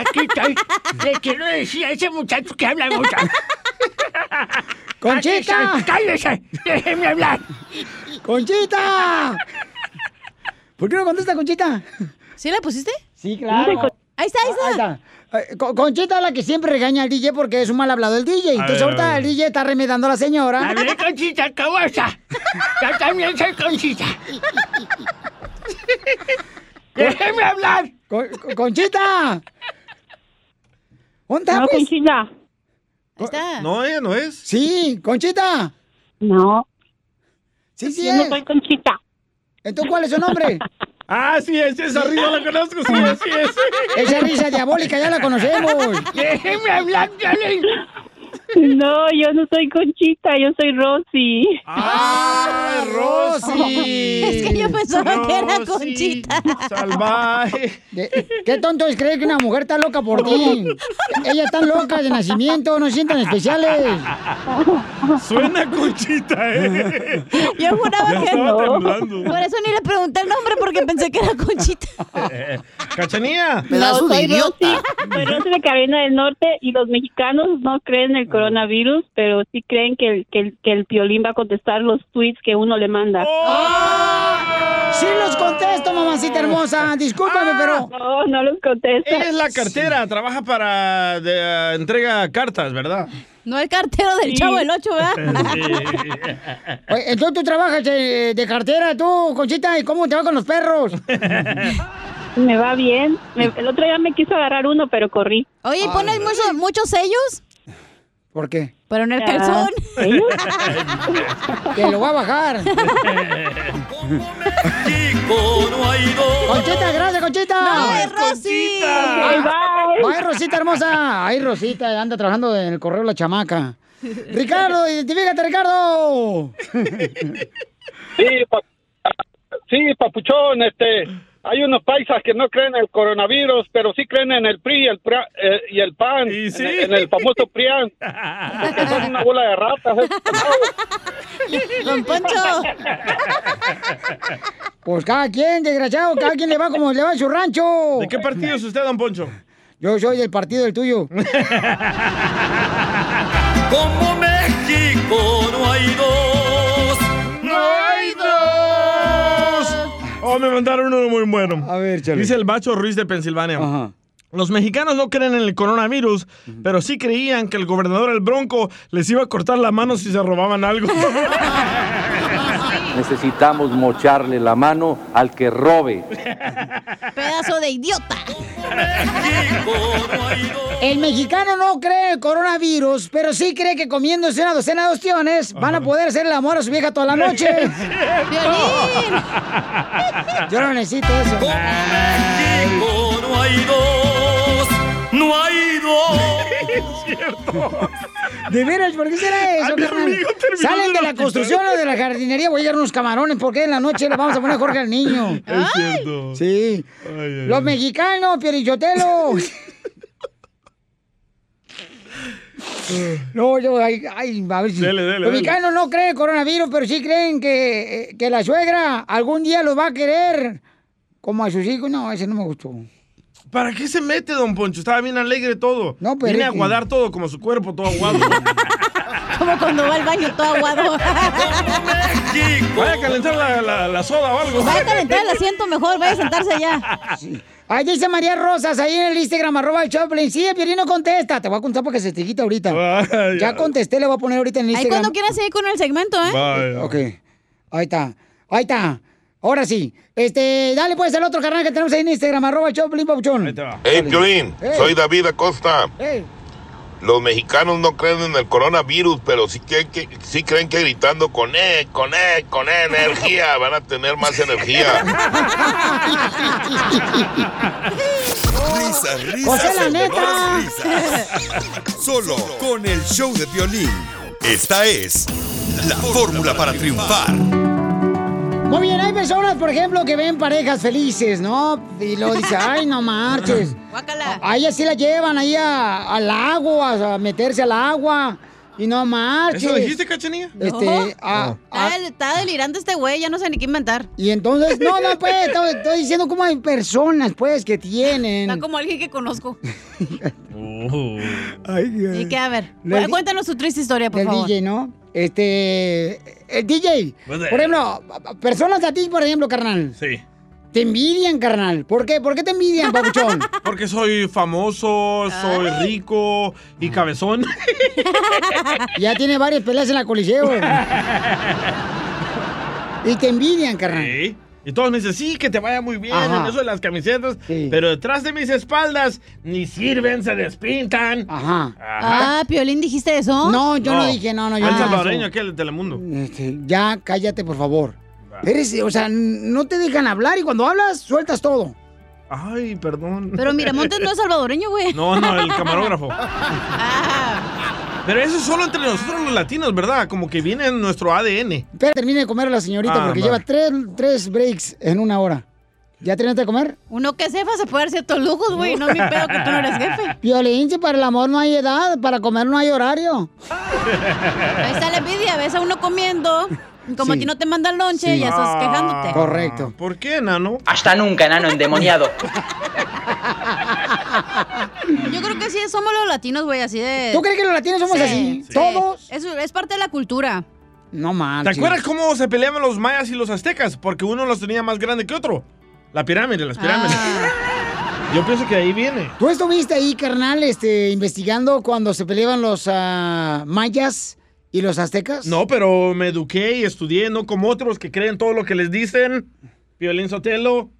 S23: Aquí estoy. Le quiero decir a ese muchacho que habla mucho.
S4: Conchita.
S23: ¡Cállese! ¡Déjeme hablar!
S4: ¡Conchita! ¿Por qué no contesta, Conchita?
S6: ¿Sí la pusiste?
S4: Sí, claro.
S6: Ahí está, ahí está.
S4: Eh, Con- Conchita es la que siempre regaña al DJ porque es un mal hablado el DJ. Entonces
S23: ver, a
S4: ahorita
S23: ver.
S4: el DJ está remedando a la señora.
S23: Hablé con Chita Cabosa. Yo también soy con Chita. ¡Déjeme hablar!
S4: Con- con- ¡Conchita! ¿Dónde pues?
S23: No,
S4: Conchita.
S7: No, ella no es.
S4: Sí, Conchita. No. Sí, sí.
S23: Yo no
S4: es.
S23: soy
S4: Conchita. ¿Entonces cuál es su nombre?
S7: Ah, sí es, esa risa la conozco, sí es, sí es.
S4: Esa risa diabólica ya la conocemos.
S23: ¡Déjeme hablar, Piolín!
S14: No, yo no soy Conchita, yo soy Rosy.
S7: ¡Ah, Rosy!
S6: Es que yo pensaba que era Conchita.
S7: Oh, Salvaje.
S4: ¿Qué, qué tonto es creer que una mujer está loca por ti. Ellas están locas de nacimiento, no se sientan especiales.
S7: Suena Conchita, ¿eh?
S6: Yo juraba
S7: Ya
S6: que
S7: estaba temblando.
S6: Por eso ni le pregunté el nombre porque pensé que era Conchita.
S7: ¡Cachanía!
S14: no, soy Rosy, soy Rosy de Carolina del Norte y los mexicanos no creen en el coronavirus, pero sí creen que el, que el, que el piolín va a contestar los tweets que uno le manda.
S4: ¡Oh! Sí los contesto, mamacita hermosa. Discúlpame, pero...
S6: Ah,
S14: No, no los contesto.
S7: Ella es la cartera, trabaja para de, ah, entrega cartas, ¿verdad?
S6: No el cartero del
S14: Sí.
S6: chavo el 8, ¿verdad?
S4: Oye, Entonces tú trabajas eh, de cartera, tú, Conchita, ¿y cómo te va con los perros?
S14: Me va bien. Me- el otro día me quiso agarrar uno, pero corrí.
S6: Oye, ¿y pones muchos, muchos sellos?
S4: ¿Por qué?
S6: Pero en el
S14: Ah,
S6: calzón.
S4: Que lo voy a bajar.
S9: México no hay dos.
S4: Conchita, gracias, Conchita.
S9: No, es Rosita.
S4: Ay,
S14: Bye,
S4: Ay, Rosita hermosa. Ay, Rosita, anda trabajando en el correo la chamaca. Ricardo, identifícate, Ricardo.
S24: Sí, pa- sí, papuchón, este, hay unos paisas que no creen en el coronavirus, pero sí creen en el PRI y el, pra- eh, y el PAN, en, el- en el famoso PRIAN. que son una bola de ratas. ¿eh?
S6: Don Poncho.
S4: Pues cada quien, desgraciado, cada quien le va como le va en su rancho.
S7: ¿De qué partido es usted, don Poncho?
S4: Yo soy del partido del tuyo.
S9: Como México no hay dos.
S7: ¡No hay dos! Oh, me mandaron uno muy bueno. A ver, Dice el Bacho Ruiz de Pensilvania. Los mexicanos no creen en el coronavirus, pero sí creían que el gobernador El Bronco les iba a cortar la mano si se robaban algo.
S25: Necesitamos mocharle la mano al que robe.
S6: Pedazo de idiota.
S4: El mexicano no cree en el coronavirus, pero sí cree que comiéndose una docena de ostiones van a poder hacer el amor a su vieja toda la noche.
S9: Es cierto.
S4: Violín. Yo no necesito eso.
S9: México no hay dos. No hay dos. es cierto.
S4: De veras, ¿por qué será eso,
S9: A mi
S4: carnal?
S9: amigo terminó
S4: Salen
S9: en
S4: de
S9: el
S4: la
S9: hospital.
S4: construcción o de la jardinería, voy a llegar unos camarones, porque en la noche le vamos a poner a Jorge al niño.
S9: Es cierto.
S4: Sí. Los mexicanos, Pierichotelo. No, yo, ay, ay, a ver si.
S9: Dele, dele,
S4: los
S9: dele.
S4: mexicanos no creen en coronavirus, pero sí creen que, eh, que la suegra algún día los va a querer. Como a sus hijos, no, ese no me gustó.
S7: ¿Para qué se mete, don Poncho? Estaba bien alegre todo.
S4: pero
S7: Viene
S4: es
S7: a
S4: que-
S7: aguadar todo, como su cuerpo, todo aguado.
S6: Como cuando va al baño todo aguado.
S7: Vaya a calentar la, la- la soda o algo.
S6: Vaya a calentar el asiento mejor, vaya a sentarse allá.
S4: Ahí dice María Rosas, ahí en el Instagram, arroba el Choplin. Sí, el Piolín no contesta. Te voy a contar porque se te quita ahorita. ya contesté, le voy a poner ahorita en el
S6: Ahí
S4: Instagram.
S6: cuando quieras seguir con el segmento, ¿eh?
S4: Ok. Ahí está. Ahí está. Ahora sí. Este, dale pues el otro canal que tenemos ahí en Instagram, arroba el Choplin Papuchón.
S5: Hey, Piolín,
S4: Hey.
S5: soy David Acosta.
S4: Hey.
S5: Los mexicanos no creen en el coronavirus, pero sí, que, que- sí creen que gritando con E, con E, con E, energía, van a tener más energía.
S1: Risas, risas,
S3: O sea, la
S1: y
S3: neta.
S1: más risas. Solo con el show de violín. Esta es la fórmula para triunfar.
S4: Muy bien, hay personas, por ejemplo, que ven parejas felices, ¿no? Y luego dice, ay, no marches. Ahí así la llevan, ahí a- al agua, a, a meterse al agua. Y no marches.
S7: ¿Eso dijiste, cachanilla?
S4: Este, a-
S6: Está, del- está delirante este güey, ya no sé ni qué inventar.
S4: Y entonces, no, no, pues, estoy, estoy diciendo cómo hay personas, pues, que
S6: Está
S4: tienen.
S6: como alguien que conozco.
S4: Ay, Dios.
S6: Y que, a ver,
S4: Del-
S6: cuéntanos tu triste historia, por
S4: del
S6: favor.
S4: DJ, ¿no? Este, el DJ,
S6: Bueno.
S4: por ejemplo, personas de a ti, por ejemplo, carnal.
S7: Pues, eh, Sí.
S4: Te envidian, carnal. ¿Por qué? ¿Por qué te envidian, papuchón?
S7: Porque soy famoso, soy rico y cabezón.
S4: Ah. ya tiene varias peleas en la coliseo. y te envidian, carnal.
S7: Sí. Y todos me dicen, sí, que te vaya muy bien
S4: Ajá.
S7: en eso de las camisetas, pero detrás de mis espaldas ni sirven, se despintan.
S4: Ajá.
S6: Ah, Piolín, ¿dijiste eso? Ah,
S4: No, yo no dije, no, no, yo
S7: El
S4: no dije
S7: salvadoreño,
S4: eso.
S7: aquel de Telemundo.
S4: Este, Ya, cállate, por favor. Eres, o sea, no te dejan hablar y cuando hablas, sueltas todo.
S7: Ay, perdón.
S6: Pero mira, Montes no es salvadoreño, güey.
S7: No, no, el camarógrafo. Pero eso es solo entre nosotros los latinos, ¿verdad? Como que viene en nuestro ADN.
S4: Espera, termine de comer a la señorita
S7: Ah,
S4: porque
S7: va.
S4: lleva tres, tres breaks en una hora. ¿Ya terminaste de comer?
S6: Uno que es jefa se puede dar ciertos lujos, güey. No es mi pedo que tú no eres jefe.
S4: Violín, si para el amor no hay edad, para comer no hay horario.
S6: Ahí está la envidia, ves a uno comiendo. y Como
S4: Sí.
S6: a ti no te mandan lonche,
S4: Sí.
S6: ya estás quejándote.
S4: Correcto.
S7: Ah, ¿Por qué, nano?
S10: Hasta nunca, nano endemoniado.
S6: Yo creo que sí, somos los latinos, güey, así de...
S4: ¿Tú crees que los latinos somos así? ¿Todos?
S6: Es, es parte de la cultura.
S4: No
S7: ¿Te
S4: manches.
S7: acuerdas cómo se peleaban los mayas y los aztecas? Porque uno los tenía más grande que otro. La pirámide, las pirámides. Yo pienso que de ahí viene.
S4: ¿Tú estuviste ahí, carnal, este, investigando cuando se peleaban los ah, mayas y los aztecas?
S7: No, pero me eduqué y estudié, no como otros que creen todo lo que les dicen. Violín Sotelo.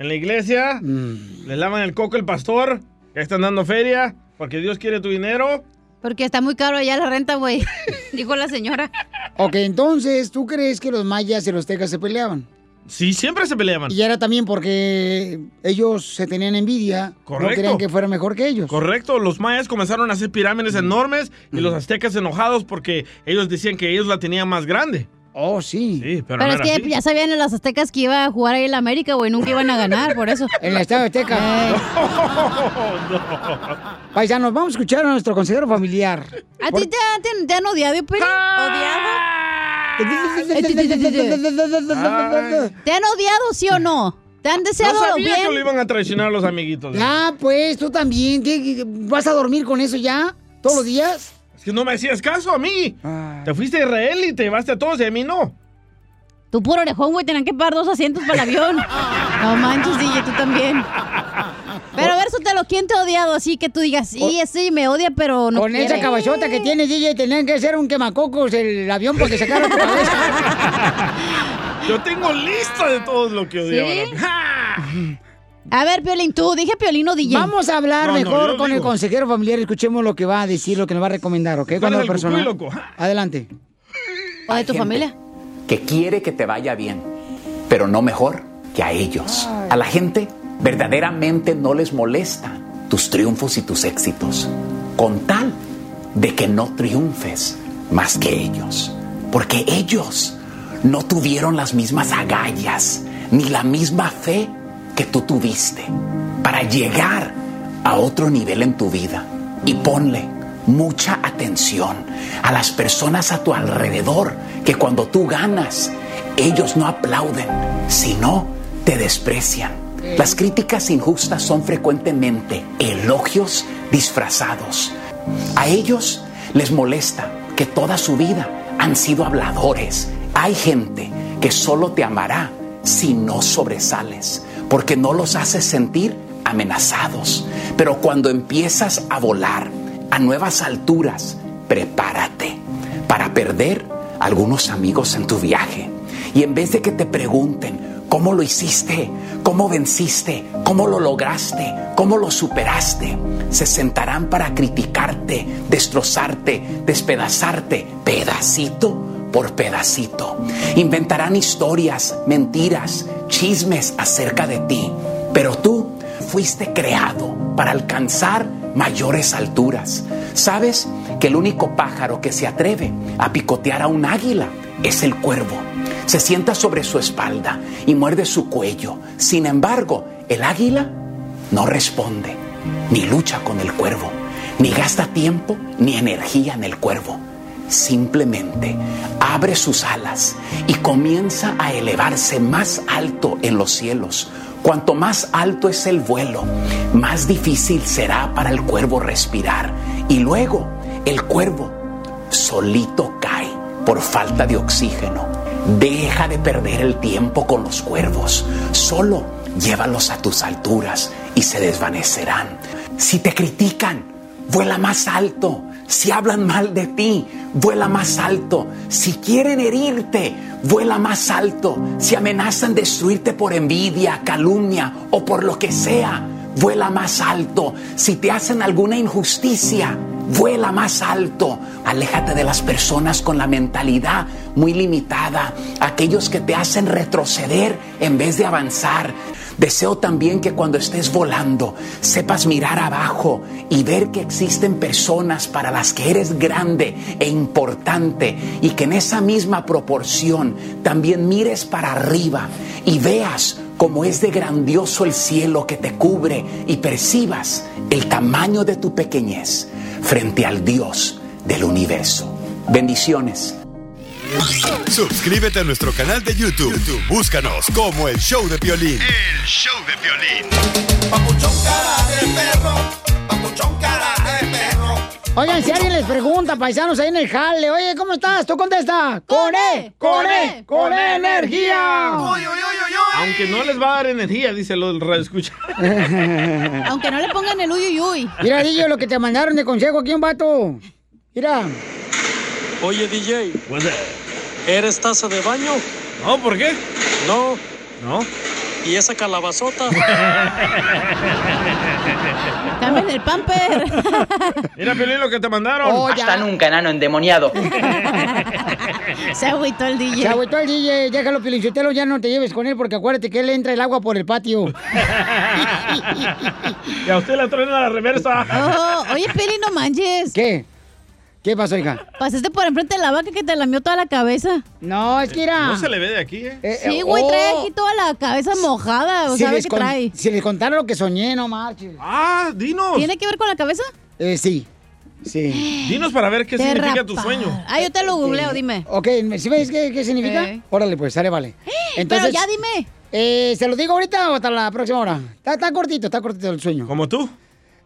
S7: En la iglesia.
S4: Mm.
S7: Le lavan el coco el pastor. Ya están dando feria. Porque Dios quiere tu dinero.
S6: Porque está muy caro allá la renta, güey. Dijo la señora.
S4: Ok, entonces, ¿tú crees que los mayas y los aztecas se peleaban?
S7: Sí, siempre se peleaban.
S4: Y era también porque ellos se tenían envidia. No
S7: Correcto.
S4: querían que fuera mejor que ellos.
S7: Correcto, los mayas comenzaron a hacer pirámides
S4: Mm.
S7: enormes y los aztecas enojados porque ellos decían que ellos la tenían más grande.
S4: Oh, sí.
S7: Sí,
S6: Pero,
S7: pero, no
S6: es
S7: era
S6: que
S7: así.
S6: ya sabían las aztecas que iba a jugar ahí en la América, güey. Nunca iban a ganar, por eso. Eh,
S4: En la estadio azteca. Paisanos, vamos a escuchar a nuestro consejero familiar.
S6: ¿A ti te, te- te han odiado, Peri?
S4: Ah.
S6: ¿Odiado? ¿Te han odiado, sí o no? ¿Te han
S7: No
S6: deseado lo
S7: sabía que lo
S6: bien?
S7: iban a traicionar los amiguitos.
S4: Ya, pues, tú también. ¿Qué, qué- qué- vas a dormir con eso ya? ¿Todos los días?
S7: Es que no me hacías caso a mí. Te fuiste a Israel y te llevaste a todos y a mí no.
S6: Tu puro orejón, güey, tenían que pagar dos asientos para el avión. No manches, DJ, tú también. Pero a ver, Sotelo, ¿quién te ha odiado así que tú digas, sí, sí, me odia, pero no
S4: Con
S6: quiere?
S4: esa caballota que tiene DJ, tenían que ser un quemacocos el avión para que sacara tu cabeza.
S7: Yo tengo lista de todos lo que odiaban. a mí.
S6: A ver, Piolín, tú, dije Piolín o DJ.
S4: Vamos a hablar
S6: No, no,
S4: mejor
S6: yo
S4: con el
S6: digo.
S4: consejero familiar. Escuchemos lo que va a decir, lo que nos va a recomendar, ¿ok? Cuando
S10: eres
S4: la
S10: el
S4: persona.
S10: cucuy, loco.
S4: Adelante.
S6: ¿O de tu
S10: Gente
S6: familia?
S10: Que quiere que te vaya bien, pero no mejor que a ellos. A la gente verdaderamente no les molesta tus triunfos y tus éxitos, con tal de que no triunfes más que ellos. Porque ellos no tuvieron las mismas agallas ni la misma fe que tú tuviste para llegar a otro nivel en tu vida. Y ponle mucha atención a las personas a tu alrededor, que cuando tú ganas, ellos no aplauden, sino te desprecian. Las críticas injustas son frecuentemente elogios disfrazados. A ellos Les molesta que toda su vida han sido habladores. Hay gente que solo te amará si no sobresales, porque no los haces sentir amenazados. Pero cuando empiezas a volar a nuevas alturas, prepárate para perder algunos amigos en tu viaje. Y en vez de que te pregunten cómo lo hiciste, cómo venciste, cómo lo lograste, cómo lo superaste, se sentarán para criticarte, destrozarte, despedazarte, pedacito por pedacito. Inventarán historias, mentiras, chismes acerca de ti. Pero tú fuiste creado para alcanzar mayores alturas. ¿Sabes que el único pájaro que se atreve a picotear a un águila es el cuervo? Se sienta sobre su espalda y muerde su cuello. Sin embargo, el águila no responde, ni lucha con el cuervo, ni gasta tiempo ni energía en el cuervo. Simplemente abre sus alas y comienza a elevarse más alto en los cielos Cuanto más alto es el vuelo, más difícil será para el cuervo respirar. Y luego el cuervo solito cae por falta de oxígeno. Deja de perder el tiempo con los cuervos. Solo llévalos a tus alturas y se desvanecerán. Si te critican, vuela más alto. Si hablan mal de ti, vuela más alto. Si quieren herirte, vuela más alto. Si amenazan destruirte por envidia, calumnia o por lo que sea, vuela más alto. Si te hacen alguna injusticia, vuela más alto. Aléjate de las personas con la mentalidad muy limitada, aquellos que te hacen retroceder en vez de avanzar. Deseo también que cuando estés volando sepas mirar abajo y ver que existen personas para las que eres grande e importante y que en esa misma proporción también mires para arriba y veas como es de grandioso el cielo que te cubre y percibas el tamaño de tu pequeñez frente al Dios del universo. Bendiciones.
S1: Suscríbete a nuestro canal de YouTube. YouTube, Búscanos como el show de violín.
S3: El show de violín. Papuchón cara de perro. Papuchón cara de perro.
S4: Oigan, si alguien les pregunta, paisanos ahí en el jale, oye, ¿cómo estás? Tú contesta. Con E, con E, con E energía.
S7: Aunque no les va a dar energía, dice lo del radio escucha.
S6: Aunque no le pongan el uy, uy, uy.
S4: Mira, DJ, lo que te mandaron de consejo aquí, un vato. Mira.
S22: Oye, DJ. ¿Eres taza de baño?
S7: No, ¿por qué?
S22: No.
S7: No.
S22: ¿Y esa calabazota?
S6: Dame el pamper.
S7: Mira, Pelín, lo que te mandaron.
S4: Oh,
S6: Hasta
S11: nunca, enano endemoniado.
S6: Se agüitó el DJ.
S4: Se agüitó el DJ, déjalo, Pilinchotelo, ya no te lleves con él porque acuérdate que él entra el agua por el patio.
S7: Y a usted la traen a la reversa.
S6: Oh, oye, Peli, no manches.
S4: ¿Qué? ¿Qué pasó, hija?
S6: Pasaste por enfrente de la vaca que te lamió toda la cabeza.
S4: No, es que era...
S7: No se le ve de aquí, ¿eh?
S4: Eh,
S6: Sí,
S4: eh,
S6: güey,
S4: oh.
S6: trae aquí toda la cabeza mojada. O
S4: Si
S6: ¿Sabes
S4: les
S6: qué
S4: con-
S6: trae?
S4: Si les contara lo que soñé, no marches.
S7: Ah, dinos.
S6: ¿Tiene que ver con la cabeza?
S4: Eh, sí. Sí.
S7: Dinos para ver qué
S6: Te
S7: significa tu
S6: rapa.
S7: sueño.
S6: Ah, yo te lo googleo, dime.
S4: Ok, ¿sí ves qué, qué significa?
S6: Eh.
S4: Órale, pues, sale, vale.
S6: ya dime.
S4: Eh, ¿Se lo digo ahorita o hasta la próxima hora? Está, está cortito, está cortito el sueño.
S7: ¿Como tú?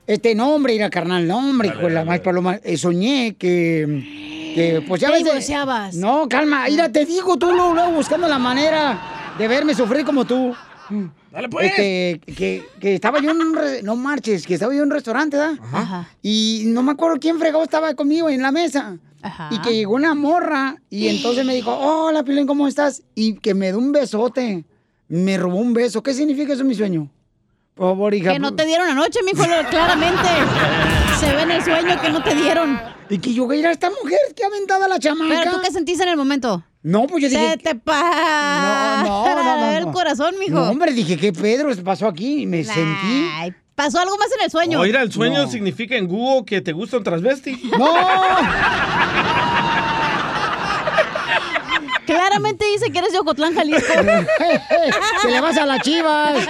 S4: Este, no, hombre, ir carnal, no, hombre, hijo de la más paloma. Eh, soñé que, que, pues ya
S6: Te
S4: ves... de-
S6: divorciabas.
S4: No, calma, mira, te digo, tú no, luego buscando la manera de verme sufrir como tú.
S7: Dale, pues.
S4: Este, que, que estaba yo en un... re- No marches, que estaba yo en un restaurante, ¿verdad? Y no me acuerdo quién fregado estaba conmigo en la mesa.
S6: Ah.
S4: Y que llegó una morra y entonces me dijo, hola, Pilín, ¿cómo estás? Y que me dio un besote. Me robó un beso. ¿Qué significa eso en mi sueño? Por favor, hija. pues
S6: Que no te dieron anoche, mijo, lo- claramente. Se ve en el sueño que no te dieron.
S4: Y que yo, a esta mujer, que aventada la chamaca.
S6: ¿Pero tú qué sentiste en el momento?
S4: No, pues yo dije...
S6: Oh. Se te pa...
S4: No, no, no, no,
S6: el
S4: no.
S6: corazón, mijo.
S4: No, hombre, dije, ¿qué Pedro pasó aquí? Y me sentí...
S6: Pasó algo más en el sueño.
S7: Oír al sueño significa en Google que te gusta un transvesti.
S4: ¡No!
S6: Claramente dice que eres de Ocotlán, Jalisco.
S4: que le vas a las chivas.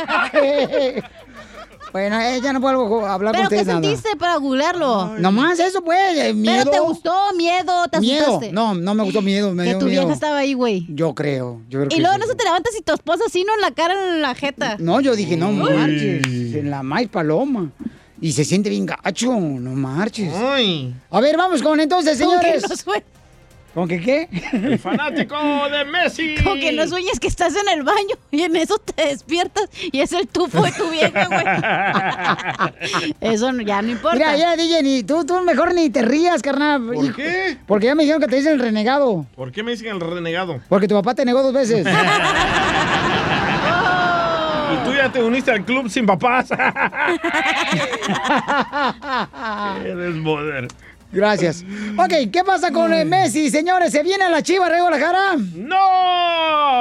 S4: bueno, eh, ya no puedo hablar
S6: ¿Pero
S4: con
S6: qué
S4: ustedes nada.
S6: sentiste para googlearlo?
S4: Nomás eso, pues, eh, miedo.
S6: ¿Pero te gustó miedo? ¿Te
S4: miedo.
S6: asustaste?
S4: No, no me gustó miedo, me
S6: Que
S4: dio
S6: tu
S4: miedo.
S6: vieja estaba ahí, güey.
S4: Yo creo, yo creo
S6: Y
S4: que
S6: luego
S4: sí.
S6: no se te levantas y tu esposa sino en la cara, en la jeta.
S4: No, yo dije, no
S6: Uy.
S4: manches, en la más paloma. Y se siente bien gacho, no marches. A ver, vamos con entonces,
S6: Con que
S4: señores.
S6: no sue-
S4: ¿Con que qué?
S7: El fanático de Messi.
S6: Como que no sueñes que estás en el baño y en eso te despiertas y es el tufo de tu vieja, güey. Eso no- ya no importa.
S4: Mira, ya, DJ, ni, tú, tú mejor ni te rías, carnal.
S7: ¿Por
S4: hijo.
S7: qué?
S4: Porque ya me dijeron que te dicen el renegado.
S7: ¿Por qué me dicen el renegado?
S4: Porque tu papá te negó dos veces.
S7: Y tú ya te uniste al club sin papás. Eres modern.
S4: Gracias. Ok, ¿qué pasa con eh, Messi, señores? ¿Se viene a la Chiva, Rego la cara?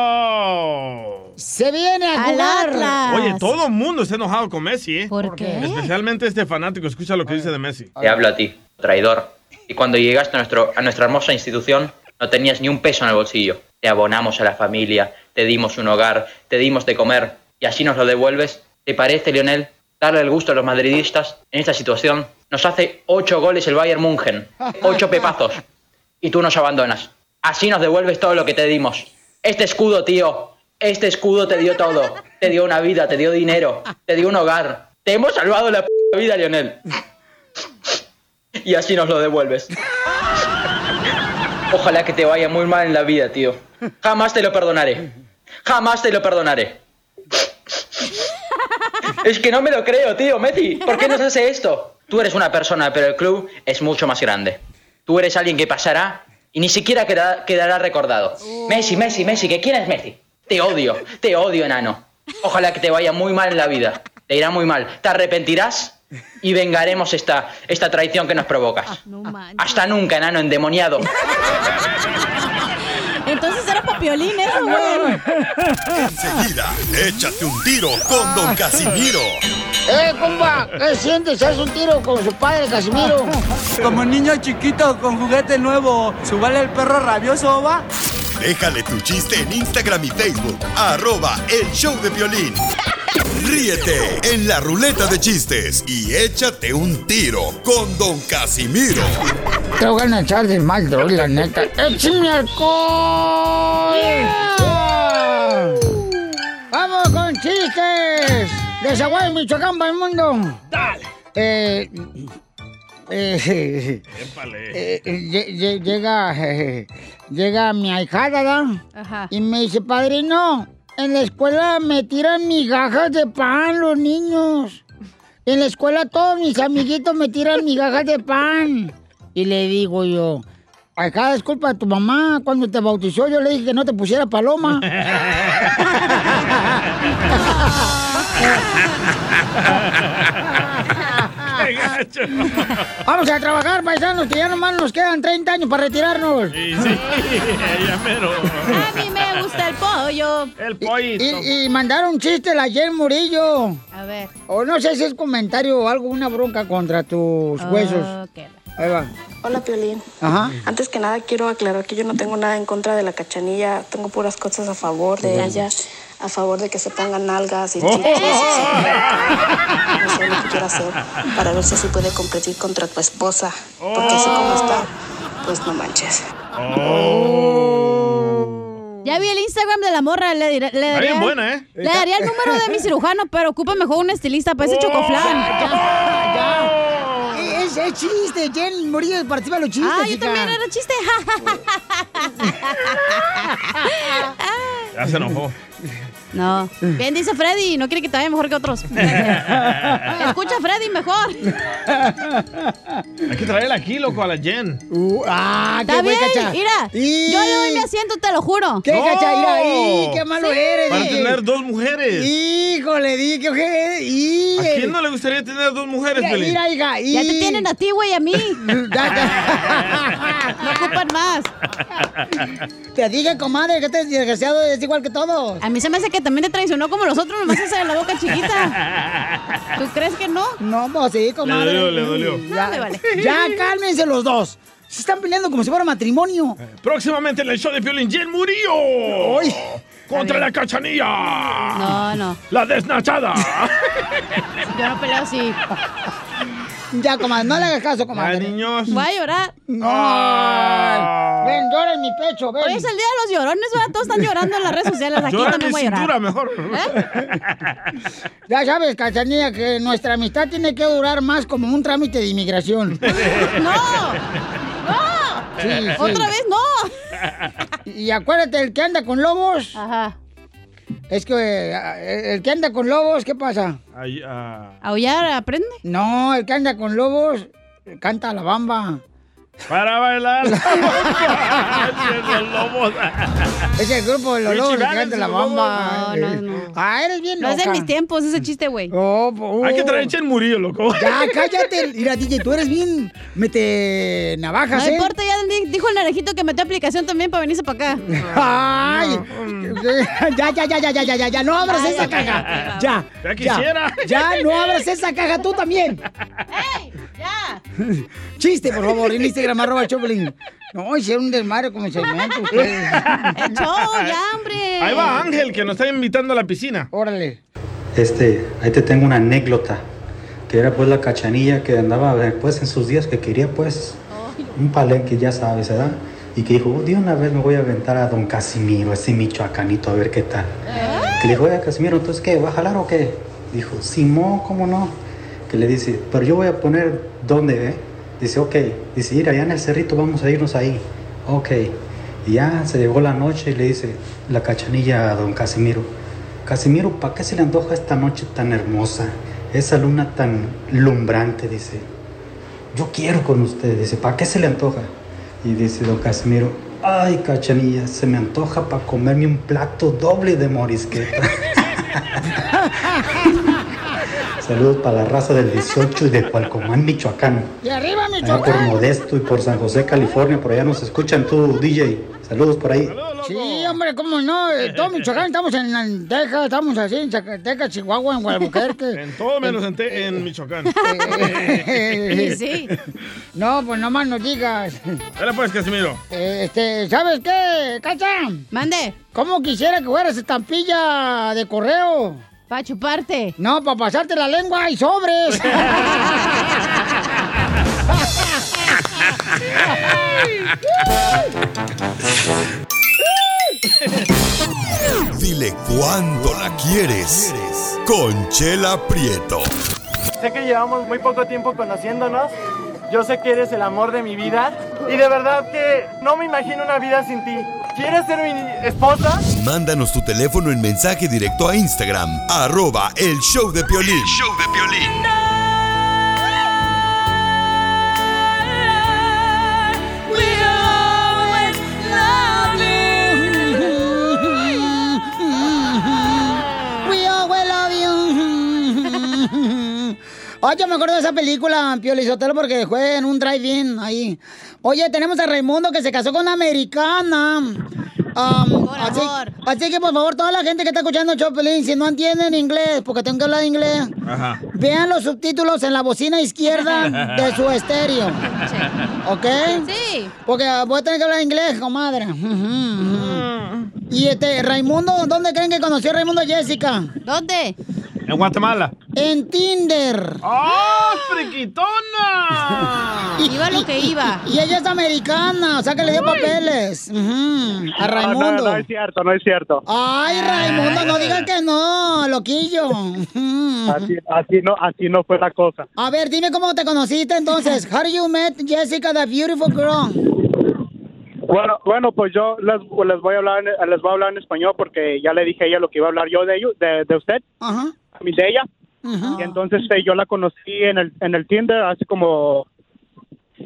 S7: ¡No!
S4: Se viene a jugar.
S7: Oye, todo el mundo está enojado con Messi, ¿eh?
S4: ¿Por qué?
S7: Especialmente este fanático. Escucha lo que dice de Messi.
S11: Te hablo a ti, traidor. Y cuando llegaste a, nuestro, a nuestra hermosa institución, no tenías ni un peso en el bolsillo. Te abonamos a la familia, te dimos un hogar, te dimos de comer, y así nos lo devuelves. ¿Te parece, Lionel? Darle el gusto a los madridistas en esta situación. Nos hace ocho goles el Bayern München, ocho pepazos, y tú nos abandonas. Así nos devuelves todo lo que te dimos. Este escudo, tío, este escudo te dio todo. Te dio una vida, te dio dinero, te dio un hogar. Te hemos salvado la p vida, Lionel y así nos lo devuelves. Ojalá que te vaya muy mal en la vida, tío. Jamás te lo perdonaré. Jamás te lo perdonaré. Es que no me lo creo, tío, Messi. ¿Por qué nos hace esto? Tú eres una persona, pero el club es mucho más grande. Tú eres alguien que pasará y ni siquiera queda- quedará recordado.
S6: Uh.
S11: Messi, Messi, Messi, ¿que quién es Messi? Te odio, te odio, enano. Ojalá que te vaya muy mal en la vida. Te irá muy mal. Te arrepentirás y vengaremos esta, esta traición que nos
S6: Ah,
S11: provocas. Hasta nunca, enano endemoniado.
S6: Entonces era papiolín ¿eh? eso, güey.
S1: Enseguida, échate un tiro con Don Casimiro.
S4: ¡Eh, compa! ¿Qué sientes? ¿Haz un tiro con su padre, Casimiro?
S19: Como niño chiquito con juguete nuevo, subale el perro rabioso, va.
S1: Déjale tu chiste en Instagram y Facebook. Arroba el show de violín. Ríete en la ruleta de chistes y échate un tiro con Don Casimiro.
S4: Te voy a echar de mal, doy, la neta. ¡Échame alcohol! ¡Vamos con chistes! De Zaguay, Michoacán, para el mundo. ¡Dale! Eh... eh, eh, lle- lle- llega, llega mi ahijada, ¿da?
S6: Ajá.
S4: Y me dice, padrino, en la escuela me tiran migajas de pan los niños. En la escuela todos mis amiguitos me tiran migajas de pan. Y le digo yo, acá es culpa de tu mamá. Cuando te bautizó yo le dije que no te pusiera paloma.
S3: ¡Qué gacho!
S4: Vamos a trabajar, paisanos, que ya nomás nos quedan 30 años para retirarnos.
S7: Sí, sí, ya mero.
S6: A mí me gusta el pollo.
S7: El pollito.
S4: Y, y mandaron chistes ayer, Murillo.
S6: A ver.
S4: O no sé si es comentario o algo, una bronca contra tus huesos.
S6: Ok.
S4: Ahí va.
S12: Hola, Piolín.
S4: Ajá.
S12: Antes que nada, quiero aclarar que yo no tengo nada en contra de la cachanilla. Tengo puras cosas a favor de ella, a favor de que se pongan algas y
S3: Oh.
S12: chichis. y- No sé lo que quiero hacer para ver si así puede competir contra tu esposa. Porque así como está, pues no manches.
S6: Ya vi el Instagram de la morra. Le, diré- le
S12: Está
S6: daría,
S12: bien buena, ¿eh?
S6: Le daría el número de mi cirujano, pero ocupa mejor un estilista para ese
S12: Oh,
S6: chocoflan.
S4: Es, es chiste, Jen Murillo participa en los chistes.
S6: Ah, yo también era chiste.
S7: Ya se enojó.
S6: No. Bien dice Freddy, no quiere que te vaya mejor que otros. Escucha a Freddy mejor.
S7: Hay que traerla aquí, loco, a la Jen.
S4: ah,
S6: Está bien, mira. Yo le doy mi asiento, te lo juro.
S7: ¿Qué, Cacha? Mira, ¡ay, qué
S4: malo eres!
S7: Oh. Para tener dos mujeres.
S4: Híjole, di que ojé- y-
S7: ¿A quién no le gustaría tener dos mujeres,
S4: Mira,
S7: Pelín?
S4: mira, hija, y- Ya te tienen
S6: a ti, güey, a mí.
S4: no
S6: ocupan más.
S4: Te dije, comadre, que este desgraciado es igual que todos.
S6: A mí se me hace que también te traicionó como los otros, nomás esa de la boca chiquita. ¿Tú crees que no?
S4: No, pues sí, comadre.
S7: dolió, le dolió.
S4: Mm,
S6: No,
S4: Ya,
S6: me vale.
S4: ya, cálmense los dos. Se están peleando como si fuera matrimonio.
S7: Eh, Próximamente en el show de Piolín, Jen Murillo. Contra la cachanilla.
S6: No, no.
S7: La desnachada.
S6: Yo no peleo así.
S4: Ya, comadre, no le hagas caso, comadre.
S7: niños.
S6: Voy a llorar.
S7: Ah.
S4: Ay, ven, llora en mi pecho, ven.
S6: Hoy es el día de los llorones, ¿verdad? Todos están llorando en las redes sociales. Aquí
S4: Llora en
S6: también
S4: mi
S6: voy a llorar.
S4: cintura,
S7: mejor.
S4: Ya sabes, Cachanilla, que nuestra amistad tiene que durar más como un trámite de inmigración.
S6: ¿Eh? ¡No!
S4: ¡No!
S6: Otra vez no.
S4: Y acuérdate, el que anda con lobos. Ajá. Es que eh, el que anda con lobos, ¿qué pasa?
S7: Ay, ah.
S4: ¿Aullar aprende? No, el que anda con lobos eh, canta la bamba.
S7: Para bailar.
S4: Es el grupo de los
S7: Richie
S4: lobos que
S7: Valens,
S4: canta la
S7: los Lobos.
S4: bamba.
S7: No, no,
S4: Ah, eres bien
S6: No
S4: loca. Oh, uh,
S6: es de mis tiempos ese chiste, güey.
S7: Hay que traer Chen Murillo, loco.
S4: Ya, cállate. Mira, DJ, tú eres bien. Mete navajas,
S6: No
S4: ¿eh?
S6: importa, ya di- dijo el narejito que metió aplicación también para venirse para acá.
S4: ¡Ay! Ya, ya, ya, ya, ya, ya, ya, ya. No abras esa caja. Ya.
S6: Ya quisiera.
S4: Ya, no abras esa caja tú también. ¡Ey! ¡Ya! Chiste, por favor, en Instagram, arroba Choplin. No, hicieron un desmadre con mi segmento ustedes.
S6: hombre!
S7: Ahí va Ángel, que nos está invitando a la piscina.
S4: Órale.
S26: Este, ahí te tengo una anécdota, que era pues la cachanilla que andaba después en sus días, que quería pues un palenque, ya sabes, ¿verdad? Y que dijo, "Oh, de una vez me voy a aventar a don Casimiro, ese michoacanito, a ver qué tal. Que le dijo, oye, Casimiro, ¿entonces qué? ¿Va a jalar o qué? Dijo, Simón, ¿cómo no? Que le dice, pero yo voy a poner dónde, ¿eh? Dice, ok. Dice, ir allá en el cerrito, vamos a irnos ahí. Ok. Y ya se llegó la noche y le dice la cachanilla a don Casimiro, Casimiro, ¿para qué se le antoja esta noche tan hermosa? Esa luna tan lumbrante, dice. Yo quiero con usted, dice, ¿para qué se le antoja? Y dice don Casimiro, ay, cachanilla, se me antoja para comerme un plato doble de morisqueta. Saludos para la raza del 18 y de Cualcomán, Michoacán.
S4: Y arriba,
S26: Allá por
S4: Michoacán.
S26: Modesto y por San José, California, por allá nos escuchan tú, DJ. Saludos por ahí.
S4: Sí, hombre, cómo no. Eh, Todo Michoacán, estamos en Texas, estamos así en Zacatecas, Chihuahua, en Guadalajara.
S7: En todo menos en, te- en Michoacán.
S4: Eh. Y sí. No, pues nomás nos digas.
S7: Ahora pues, Casimiro.
S4: Eh, Este, ¿sabes qué, Cacha?
S6: Mande.
S4: ¿Cómo quisiera que fueras estampilla de correo?
S6: Para chuparte.
S4: No, para pasarte la lengua y sobres.
S1: Dile cuándo la quieres. Conchela Prieto.
S12: Sé que llevamos muy poco tiempo conociéndonos. Yo sé que eres el amor de mi vida. Y de verdad que no me imagino una vida sin ti. ¿Quieres ser mi esposa?
S1: Mándanos tu teléfono en mensaje directo a Instagram, arroba el show de Piolín.
S4: We always love you. Oye, me acuerdo de esa película, Pio Lizotelo, porque fue en un drive-in ahí. Oye, tenemos a Raimundo que se casó con una americana. Am, así, así que, por favor, toda la gente que está escuchando Chopelín, si no entienden inglés, porque tengo que hablar inglés,
S7: Ajá.
S4: vean los subtítulos en la bocina izquierda de su estéreo. ¿Ok? Sí. Porque ah, voy a tener que hablar inglés, comadre. Y este, Raimundo, ¿dónde creen que conoció a Raimundo a Jessica?
S6: ¿Dónde?
S7: En Guatemala.
S4: En Tinder.
S7: ¡Oh, friquitona!
S4: Iba lo que iba. Y ella es americana, o sea que le dio papeles. Ujú, A Ah, Raimundo.
S15: No, no, no es cierto, no es cierto.
S4: Ay, Raimundo, no digas que no, loquillo. Ujú.
S15: Así, así no, así no fue la cosa.
S4: A ver, dime cómo te conociste entonces. How you met Jessica, the beautiful girl?
S15: Bueno, bueno, pues yo les, les voy a hablar, en- les voy a hablar en español porque ya le dije a ella lo que iba a hablar yo de ello, de, de usted,
S4: Ajá.
S15: a mí de ella. Y entonces eh, yo la conocí en el, en el Tinder hace como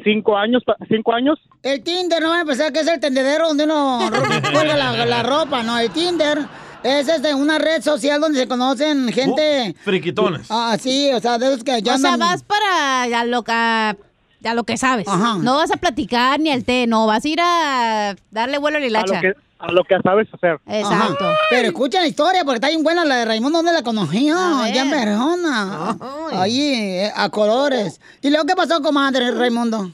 S15: cinco años, pa- cinco años.
S4: El Tinder, no van a pensar que es el tendedero donde uno ro- cuelga la, la ropa, no. El Tinder es este, una red social donde se conocen gente.
S3: Uh,
S7: Friquitones.
S4: Ah, sí, o sea, de esos que ya
S6: o sea,
S4: andan-
S6: vas para a lo que, a lo que sabes. No vas a platicar ni al té, no. Vas a ir a darle vuelo a la
S15: A lo
S6: hilacha.
S15: que, a lo que sabes hacer.
S6: Exacto.
S4: Ajá. Pero escucha la historia, porque está bien buena la de Raimundo, donde la conoció, ya en Verona. Ahí, eh, a colores. ¿Y luego qué pasó, comadre Raimundo?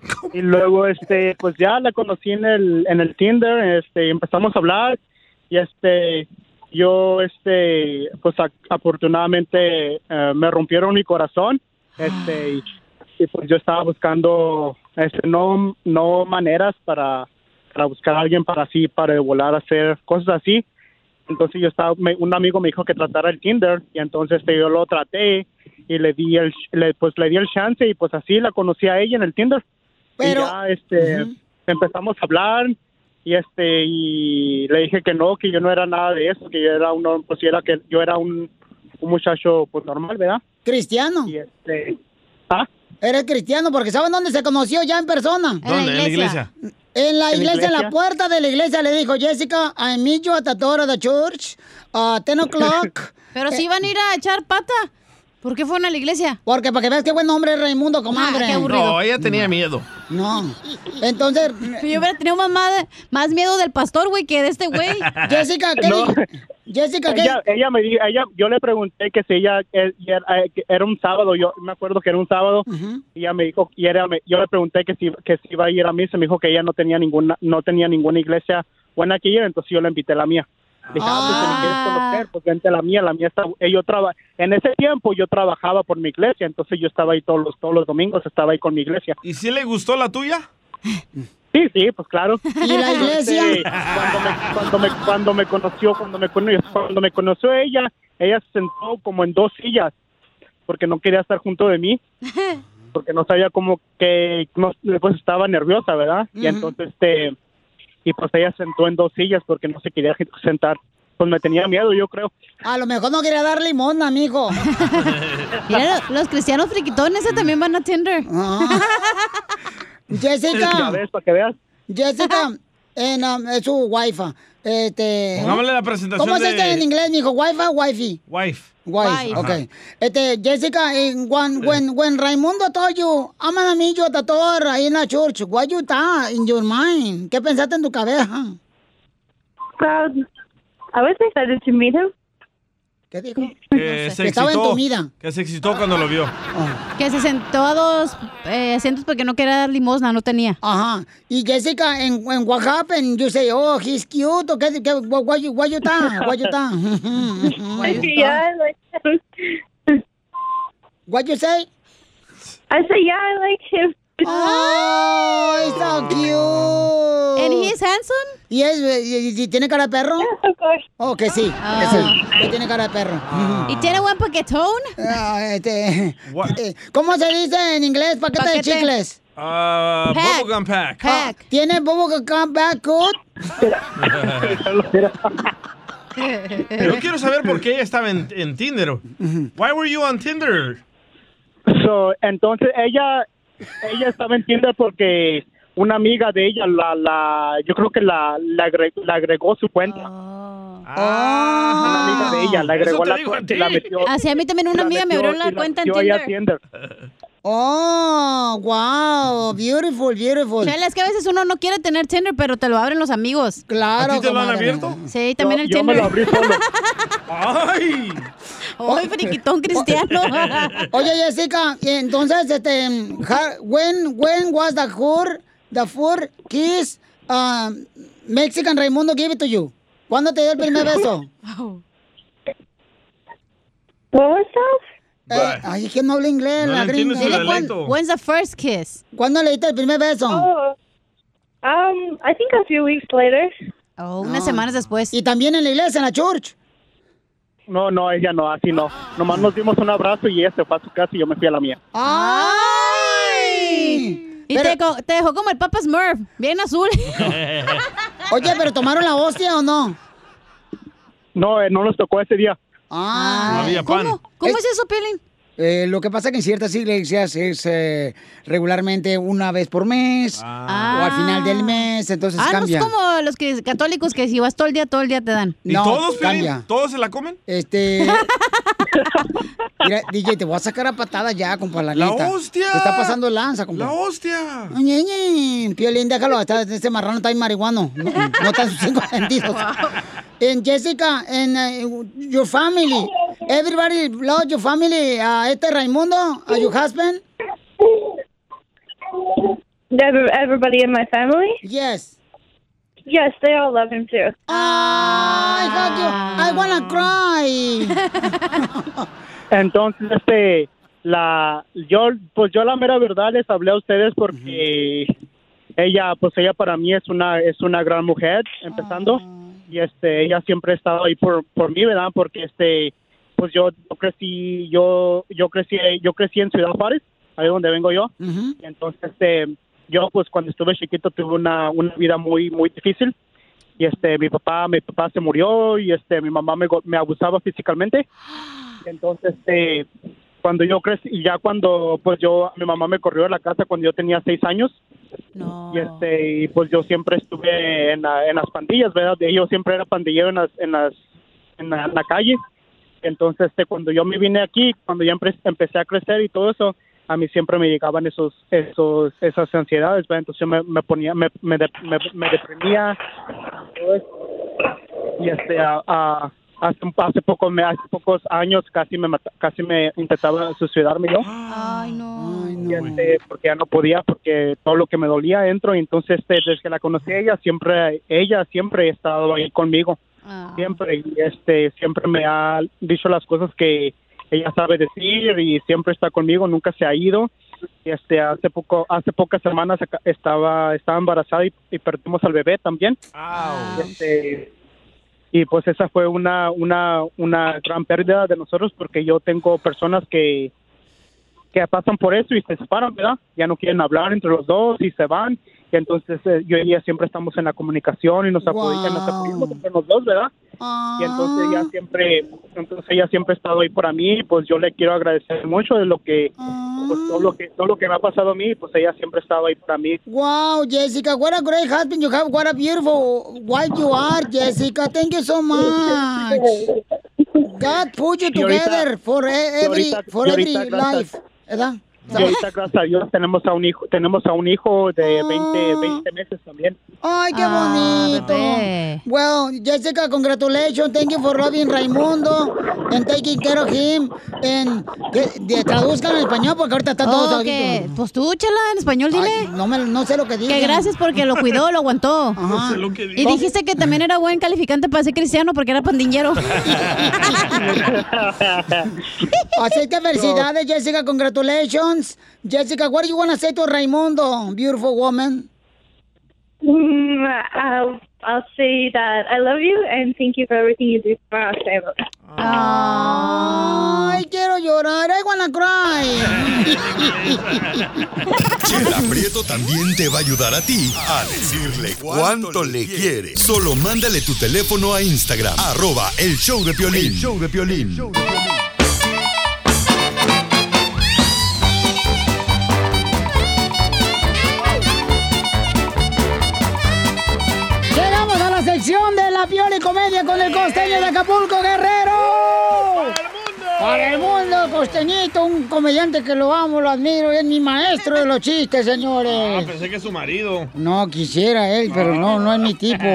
S15: Y luego, este, pues ya la conocí en el, en el Tinder, este, empezamos a hablar y este, yo, este, pues a- afortunadamente eh, me rompieron mi corazón Este, y, y pues yo estaba buscando, este, no, no maneras para, para buscar a alguien para así, para volar a hacer cosas así. Entonces yo estaba, me- un amigo me dijo que tratara el Tinder y entonces este, yo lo traté y le di el, le- pues le di el chance y pues así la conocí a ella en el Tinder.
S4: Pero-
S15: y ya, este, empezamos a hablar y este y le dije que no, que yo no era nada de eso, que yo era un, pues yo era que yo era un, un muchacho pues normal, ¿verdad? este, ¿ah?
S4: Cristiano. Eres cristiano porque ¿saben dónde se conoció ya en persona?
S3: ¿Dónde? ¿En la iglesia?
S4: En
S3: ¿En
S4: la
S3: la
S4: iglesia, en la
S3: iglesia?
S4: puerta de la iglesia le dijo Jessica, I meet you at the door of the church, uh, 10 o'clock.
S6: Pero si iban a ir a echar pata. ¿Por qué fueron a la iglesia?
S4: Eh.
S6: Ah,
S4: Porque para que veas qué buen hombre es Raimundo, comadre.
S6: qué aburrido.
S27: No, ella tenía miedo.
S4: Ah, No. Entonces.
S6: Yo hubiera tenido más, más, más miedo del pastor, güey, que de este güey.
S4: Jessica,
S15: No.
S4: Jessica, ¿qué?
S15: Ella, ella me di- ella, yo le pregunté que si ella eh, y era, eh, que era un sábado, yo me acuerdo que era un sábado, y ella me dijo, y era, me- yo le pregunté que si, que si iba a ir a mí, se me dijo que ella no tenía ninguna, no tenía ninguna iglesia buena que ir, entonces yo le invité a la mía. Le Dije, ah, pues si me quieres conocer, pues vente a la mía, la mía está, eh, yo traba, en ese tiempo yo trabajaba por mi iglesia, entonces yo estaba ahí todos los, todos los domingos, estaba ahí con mi iglesia.
S7: ¿Y si le gustó la tuya?
S15: Sí, sí, pues claro.
S4: ¿Y la iglesia?
S15: Este, cuando, me, cuando, me, cuando me conoció, cuando me, cono- cuando me conoció ella, ella se sentó como en dos sillas porque no quería estar junto de mí, porque no sabía cómo que, no, pues estaba nerviosa, ¿verdad? Y
S23: Ujú.
S15: entonces, este, y pues ella se sentó en dos sillas porque no se quería sentar. Pues me tenía miedo, yo creo.
S4: A lo mejor no quería dar limón, amigo.
S6: Mira, lo- los cristianos friquitones eh, también van a Tinder.
S15: Ya
S4: Jessica,
S15: ves, para que veas.
S4: Jessica, en, um, es su wifi. Este,
S7: Pongámosle la presentación
S4: ¿Cómo se dice
S7: de-
S4: en inglés, mijo? ¿Wifi o wifi?
S7: Wife.
S4: Wife, okay. Este, Jessica, en when, when, when Raimundo told you, I'm gonna meet you at the door ahí en la church, what you thought in your mind? ¿Qué pensaste en tu cabeza?
S14: Proud. I was excited to meet him.
S4: ¿Qué dijo?
S7: Que
S6: sé.
S7: se
S6: Que estaba
S7: excitó,
S6: entumida.
S7: Que se excitó cuando lo vio.
S4: Ah.
S6: Que se sentó a dos eh, asientos porque no quería dar limosna, no tenía.
S4: Ajá. Y Jessica, en, en what happened, you say, oh, he's cute, o ¿qué, qué, what, what you, what you thought, what you thought. Hmm. What you
S14: Yeah, I
S4: thought?
S14: like him.
S4: What you say?
S14: I say, yeah, I like him.
S4: Oh, he's so cute.
S6: And he is handsome?
S4: Yes, y, y- y tiene cara de perro. Oh, que sí, que
S14: Oh.
S4: sí, que tiene cara de perro.
S14: Ah.
S6: ¿Y tiene buen paquetón?
S4: Ah, este, eh, ¿Cómo se dice en inglés paquete,
S6: Paquete.
S4: de chicles?
S7: Ah, bubblegum pack.
S4: Ah, ¿Tiene bobo que come back good?
S7: Yo quiero saber por qué ella estaba en, en Tinder. Why were you on Tinder?
S15: So, entonces ella ella estaba en Tinder porque una amiga de ella la la yo creo que la la, agre- la agregó su cuenta.
S4: Ah.
S15: Una amiga de ella la agregó la cuenta y la metió.
S6: "Oh". Así a mí también una
S15: la
S6: amiga Ah, me
S15: metió
S6: abrió
S15: y
S6: la cuenta en
S15: metió ahí a
S6: Tinder.
S15: Tinder.
S4: Oh, wow, beautiful, beautiful.
S6: Chela, es que a veces uno no quiere tener Tinder, pero te lo abren los amigos.
S4: Claro.
S6: ¿A
S4: ti te lo han comadre. abierto?
S6: Sí, también
S4: Yo-
S6: el
S4: yo me
S6: Tinder.
S4: lo abrí
S14: solo.
S7: ¡Ay!
S6: ¡Ay, friquitón cristiano!
S4: Oye, Jessica, y entonces, este, ja- when, when was the food, the food kiss, um, Mexican Raimundo give it to you? ¿Cuándo te dio el primer beso?
S14: ¿Cómo estás?
S4: Eh, ay, es que no habla inglés,
S14: No
S4: la
S14: le
S4: gringa.
S14: entiendes el Dile cuán- acento.
S4: when's
S6: the first kiss?
S4: ¿Cuándo le diste el primer beso?
S15: Oh.
S14: um, I think a few weeks later.
S6: Oh, unas semanas después.
S4: ¿Y también en la iglesia, en la church?
S15: No, no, ella no, así no. Nomás nos dimos un abrazo y ella se fue a su casa y yo me fui a la mía.
S6: ¡Ay! Y te, co- te dejó como el Papa Smurf, bien azul.
S4: Oye, ¿pero tomaron la hostia o no?
S15: No, eh, no nos tocó ese día.
S4: Ah,
S15: No había pan.
S4: ¿Cómo,
S6: ¿Cómo es eso, Pelín?
S4: Eh, lo que pasa que en ciertas iglesias es eh, regularmente una vez por mes o al final del mes, entonces
S6: Ah, no es
S4: Pues cambia.
S6: como los que- católicos que si vas todo el día, todo el día te dan.
S4: ¿Y No, todos, Piolín? cambia.
S7: ¿Todos se la comen?
S4: Este. Mira, DJ, te voy a sacar a patada ya, compa, la,
S7: ¡La
S4: neta.
S7: hostia!
S4: Te está pasando lanza, compa.
S7: ¡La hostia!
S4: Ñe, Ñe, Piolín, déjalo, está- este marrano está ahí marihuano. No, no está en sus cinco sentidos. En Jessica, en eh, your family, everybody love your family, a este Raimundo, a your husband.
S14: Ev- Everybody in my family?
S4: Yes.
S14: Yes, they all love him too.
S4: I got you. I wanna cry.
S15: Entonces, este, la yo pues yo la mera verdad les hablé a ustedes porque ella pues ella para mí es una es una gran mujer empezando y este ella siempre ha estado ahí por por mí verdad porque este pues yo, yo crecí yo yo crecí yo crecí en Ciudad Juárez ahí donde vengo yo Y entonces este yo pues cuando estuve chiquito tuve una una vida muy muy difícil y este mi papá mi papá se murió y este mi mamá me, go- me abusaba físicamente Y entonces este cuando yo crecí y ya cuando pues yo mi mamá me corrió de la casa cuando yo tenía seis años y este y pues yo siempre estuve en, la- en las pandillas verdad yo siempre era pandillero en las en las en la, en la calle entonces este cuando yo me vine aquí cuando ya empe- empecé a crecer y todo eso a mí siempre me llegaban esos esos esas ansiedades ¿verdad? entonces yo me, me ponía me me, de- me, me deprimía todo eso. y este a- a- hace hace poco me hace pocos años casi me mata- casi me intentaba suicidarme yo
S6: Ay, no.
S15: y, este, porque ya no podía, porque todo lo que me dolía dentro, y entonces este, desde que la conocí a ella, siempre, ella siempre ha estado ahí conmigo,
S6: Ah.
S15: siempre, y este, siempre me ha dicho las cosas que ella sabe decir y siempre está conmigo, nunca se ha ido, y este, hace poco, hace pocas semanas acá- estaba, estaba embarazada y, y perdimos al bebé también, Y, este, y pues esa fue una, una, una gran pérdida de nosotros porque yo tengo personas que, que pasan por eso y se separan, ¿verdad? Ya no quieren hablar entre los dos y se van. Y entonces eh, yo y ella siempre estamos en la comunicación y nos apoyamos, nos apoyamos entre los dos, ¿verdad? Y entonces ella siempre, entonces ella siempre ha estado ahí para mí, pues yo le quiero agradecer mucho de lo que, pues todo lo que, todo lo que me ha pasado a mí, pues ella siempre ha estado ahí para mí.
S4: Wow, Jessica, what a great husband you have. What a beautiful wife you are, Jessica. Thank you so much. God put you
S15: Y ahorita-
S4: together for e-
S15: y
S4: every,
S15: ahorita-
S4: for
S15: y
S4: every
S15: ahorita gracias.
S4: life. ¿Verdad?
S15: Y ahorita, gracias a Dios, tenemos a un hijo, tenemos a un hijo de 20, 20 meses también.
S4: Ay,
S15: Ah,
S4: qué bonito. Well, Jessica, congratulations. Thank you for loving Raimundo and taking care of him. And que- de- traduzcan en español porque ahorita está todo
S6: Oh, que-
S4: Pues tú, chala, en español, dile. no, me, no sé lo que dije.
S6: Que gracias porque lo cuidó, lo aguantó.
S4: No sé lo que
S6: Y
S4: dijo.
S6: dijiste que también era buen calificante para ser cristiano porque era pandillero. Ah.
S4: Así que felicidades, Jessica. Congratulations. Jessica, what do you want to say to Raimundo, beautiful woman?
S27: Mm, I'll, I'll say that I love you and thank you for everything you do for our family.
S4: Ay, quiero llorar. I wanna cry.
S1: Chela Prieto también te va a ayudar a ti a decirle cuánto le quiere. Solo mándale tu teléfono a Instagram, arroba el show de Piolín. show de Piolín.
S4: Llegamos a la sección de la Pioli Comedia con el costeño de Acapulco, Guerrero. Para el mundo, costeñito, un comediante que lo amo, lo admiro, es mi maestro de los chistes,
S7: Ah,
S4: señores.
S7: pensé que es su marido.
S4: No quisiera él, Eh. pero no, no es mi tipo.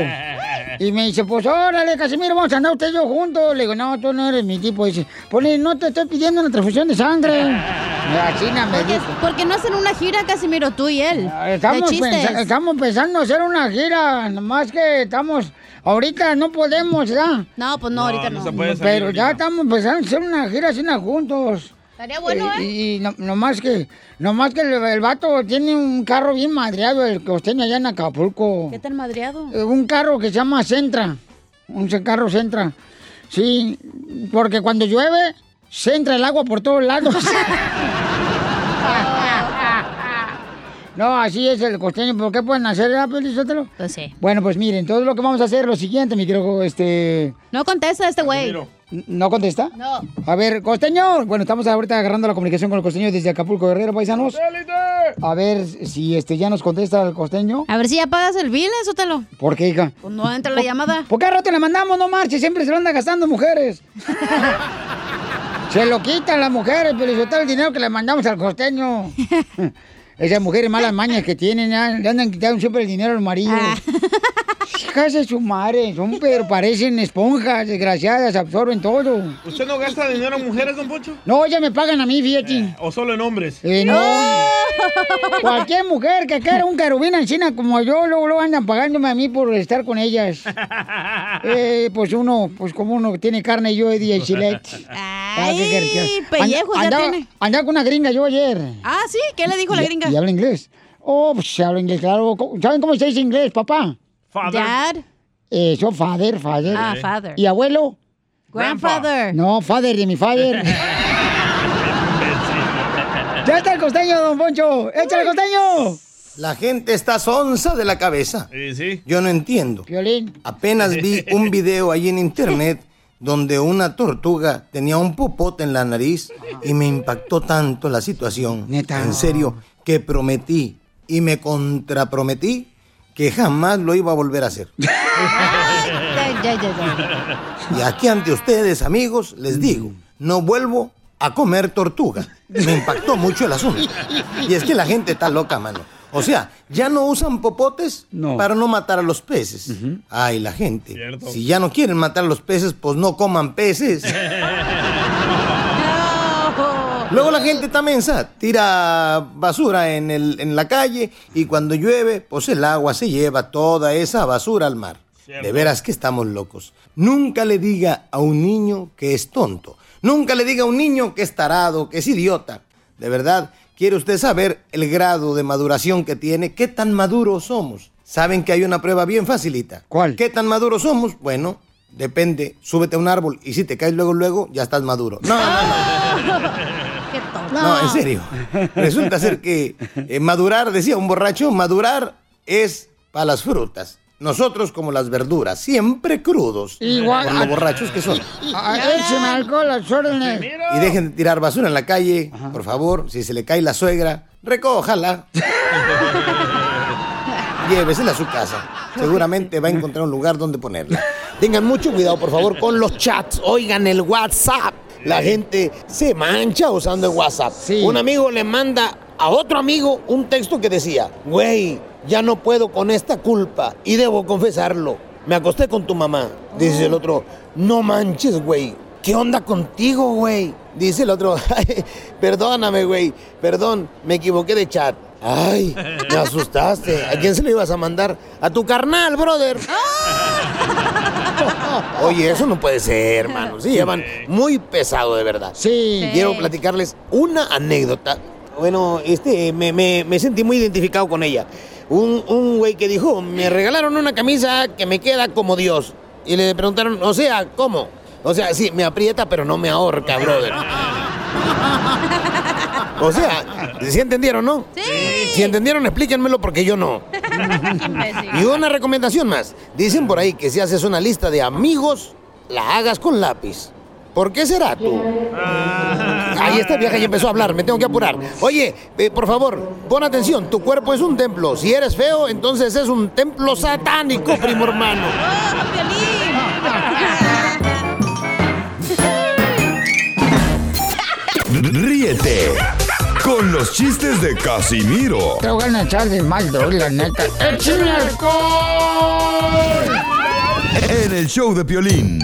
S4: Y me dice, pues órale, Casimiro, vamos a andar usted y yo juntos. Le digo, no, tú no eres mi tipo. Dice, ponle, no te estoy pidiendo una transfusión de sangre. Así nada me dijo. Ah,
S6: porque no hacen una gira, Casimiro, tú y él.
S4: Estamos,
S6: de chistes.
S4: pensa- estamos pensando hacer una gira, nomás que estamos, ahorita no podemos, ¿ya?
S6: No, pues no, ahorita no.
S4: se puede salir Pero ya estamos pensando hacer una gira así na, juntos.
S6: Estaría bueno, ¿eh?
S4: Y- Y, no- nomás que, nomás que el, el vato tiene un carro bien madreado, el que usted allá en Acapulco.
S6: ¿Qué tan madreado?
S4: Eh, Un carro que se llama Centra. Un ce- carro Centra. Sí, porque cuando llueve, se entra el agua por todos lados. No, así es el costeño. ¿Por qué pueden hacer el
S6: Pues sí.
S4: Bueno, pues miren, todo lo que vamos a hacer es lo siguiente, mi querido, este...
S6: No contesta este güey.
S4: ¿No contesta?
S6: No.
S4: A ver, costeño. Bueno, estamos ahorita agarrando la comunicación con el costeño desde Acapulco, Guerrero, paisanos. A ver si este ya nos contesta el costeño.
S6: A ver si ya pagas el bill, eh, Sótelo.
S4: ¿Por qué, hija?
S6: Pues no entra la llamada.
S4: ¿Por qué rato la mandamos? No marche, siempre se lo anda gastando mujeres. se lo quitan las mujeres, pero eso está el dinero que le mandamos al costeño. Esas mujeres malas mañas que tienen, ya, le andan quitando siempre el dinero al marido. Hijas de su madre, son pero parecen esponjas, desgraciadas, absorben todo.
S7: ¿Usted no gasta dinero en mujeres, don Pocho?
S4: No, ya me pagan a mí, fíjate.
S7: ¿O solo en hombres?
S4: Eh, no. Cualquier mujer que quiera un carubina en China como yo, luego, luego andan pagándome a mí por estar con ellas. Eh, pues uno, pues como uno tiene carne, yo de Gillette.
S6: Ay, pellejos ya
S4: andaba,
S6: tiene.
S4: andaba con una gringa yo ayer.
S6: Ah, sí, ¿qué le dijo la
S4: Y-
S6: gringa?
S4: Y habla inglés. Oh, pues se habla inglés, claro. ¿Cómo- ¿Saben cómo se dice inglés, papá?
S6: Father. Dad.
S4: Eh, yo father, father.
S6: Ah, father.
S4: ¿Y abuelo?
S6: Grandfather.
S4: No, father de mi father. ya está el costeño, don Poncho. Échale costeño.
S2: La gente está sonsa de la cabeza. Yo no entiendo. Apenas vi un video ahí en internet donde una tortuga tenía un popote en la nariz y me impactó tanto la situación. En serio, que prometí y me contraprometí que jamás lo iba a volver a hacer.
S6: Ya, ya, ya, ya.
S2: Y aquí ante ustedes, amigos, les digo, no vuelvo a comer tortuga. Me impactó mucho el asunto. Y es que la gente está loca, mano. O sea, ya no usan popotes para no matar a los peces. Ay, la gente.
S3: Cierto.
S2: Si ya no quieren matar a los peces, pues no coman peces. Luego la gente está mensa, tira basura en, el- en la calle y cuando llueve, pues el agua se lleva toda esa basura al mar. De veras que estamos locos. Nunca le diga a un niño que es tonto. Nunca le diga a un niño que es tarado, que es idiota. De verdad, ¿quiere usted saber el grado de maduración que tiene? ¿Qué tan maduros somos? Saben que hay una prueba bien facilita. ¿Cuál? ¿Qué tan maduros somos? Bueno, depende. Súbete a un árbol y si te caes luego, luego, ya estás maduro. No, no, no.
S6: Qué tonto.
S2: No, en serio. Resulta ser que eh, madurar, decía un borracho, madurar es para las frutas. Nosotros como las verduras, siempre crudos.
S4: Igual-
S2: Por lo borrachos que son.
S4: Ah, Écheme alcohol, las órdenes.
S2: Y dejen de tirar basura en la calle, por favor. Si se le cae la suegra, recójala. Llévesela a su casa. Seguramente va a encontrar un lugar donde ponerla. Tengan mucho cuidado, por favor, con los chats. Oigan el WhatsApp. La gente se mancha usando el WhatsApp. Un amigo le manda a otro amigo un texto que decía, güey, ya no puedo con esta culpa y debo confesarlo. Me acosté con tu mamá. Dice el otro, no manches, güey. ¿Qué onda contigo, güey? Dice el otro, "Ay, perdóname, güey. Perdón, me equivoqué de chat. Ay, me asustaste. ¿A quién se lo ibas a mandar? A tu carnal, brother. Oye, eso no puede ser, hermano. Sí, llevan muy pesado, de verdad.
S4: Sí.
S2: Quiero platicarles una anécdota. Bueno, este, me, me- me sentí muy identificado con ella. Un, un güey que dijo, me regalaron una camisa que me queda como Dios. Y le preguntaron, o sea, ¿cómo? O sea, sí, me aprieta, pero no me ahorca, brother. O sea, ¿sí entendieron, no? Sí. Si entendieron, explíquenmelo porque yo no. Y una recomendación más. Dicen por ahí que si haces una lista de amigos, la hagas con lápiz. ¿Por qué será tú? Ahí esta vieja ya empezó a hablar, me tengo que apurar. Oye, eh, por favor, pon atención, tu cuerpo es un templo. Si eres feo, entonces es un templo satánico, primo hermano.
S9: Ah,
S1: Ríete con los chistes de Casimiro
S4: Te voy a echar de mal, doy, la neta. ¡Écheme alcohol!
S1: en el show de Piolín.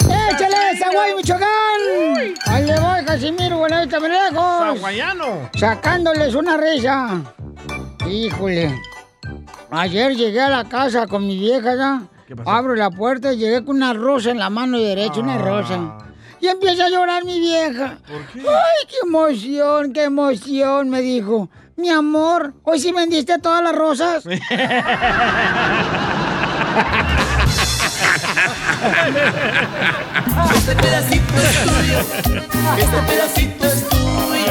S4: ¡Échale, Zaguay, Michoacán! ¡Ahí le voy, Casimiro, buena vista, me lejos!
S7: Zaguayano.
S4: Sacándoles una risa. Híjole. Ayer llegué a la casa con mi vieja, ¿ya? Abro la puerta y llegué con una rosa en la mano derecha, una rosa. Y empieza a llorar mi vieja. ¡Ay, qué emoción, qué emoción! Me dijo. Mi amor, ¿hoy sí vendiste todas las rosas?
S3: Este pedacito es tuyo. Este pedacito es tuyo. Ay,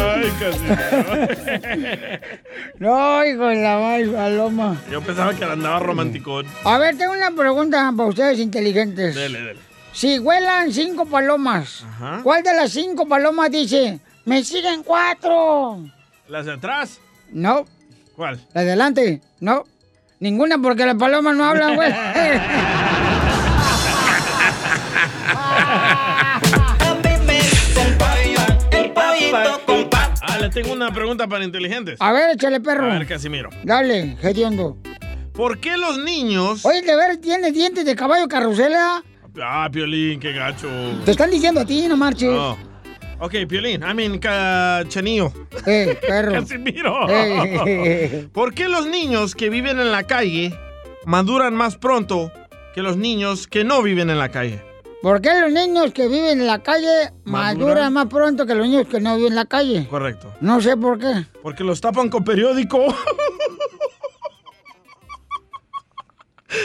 S4: no, hijo de la mal, paloma.
S7: Yo pensaba que andaba romántico.
S4: A ver, tengo una pregunta para ustedes inteligentes.
S7: Dele, dele.
S4: Si huelan cinco palomas, ¿cuál de las cinco palomas dice, me siguen cuatro?
S7: ¿Las de atrás?
S4: No.
S7: ¿Cuál?
S4: ¿La de adelante? No. Ninguna porque las palomas no hablan, güey.
S7: Ah, le tengo una pregunta para inteligentes.
S4: A ver, échale perro.
S7: A ver, Casimiro.
S4: Dale, hediondo.
S7: ¿Por qué los niños?
S4: Oye, de ver, tiene dientes de caballo carrusela.
S7: Ah, Piolín, qué gacho.
S4: Te están diciendo a ti, no marches.
S7: No. Ok, Piolín, I mean, Cachanillo.
S4: Eh, perro.
S7: Casimiro.
S4: Eh.
S7: ¿Por qué los niños que viven en la calle maduran más pronto que los niños que no viven en la calle?
S4: ¿Por qué los niños que viven en la calle maduran más pronto que los niños que no viven en la calle?
S7: Correcto.
S4: No sé por qué.
S7: Porque los tapan con periódico.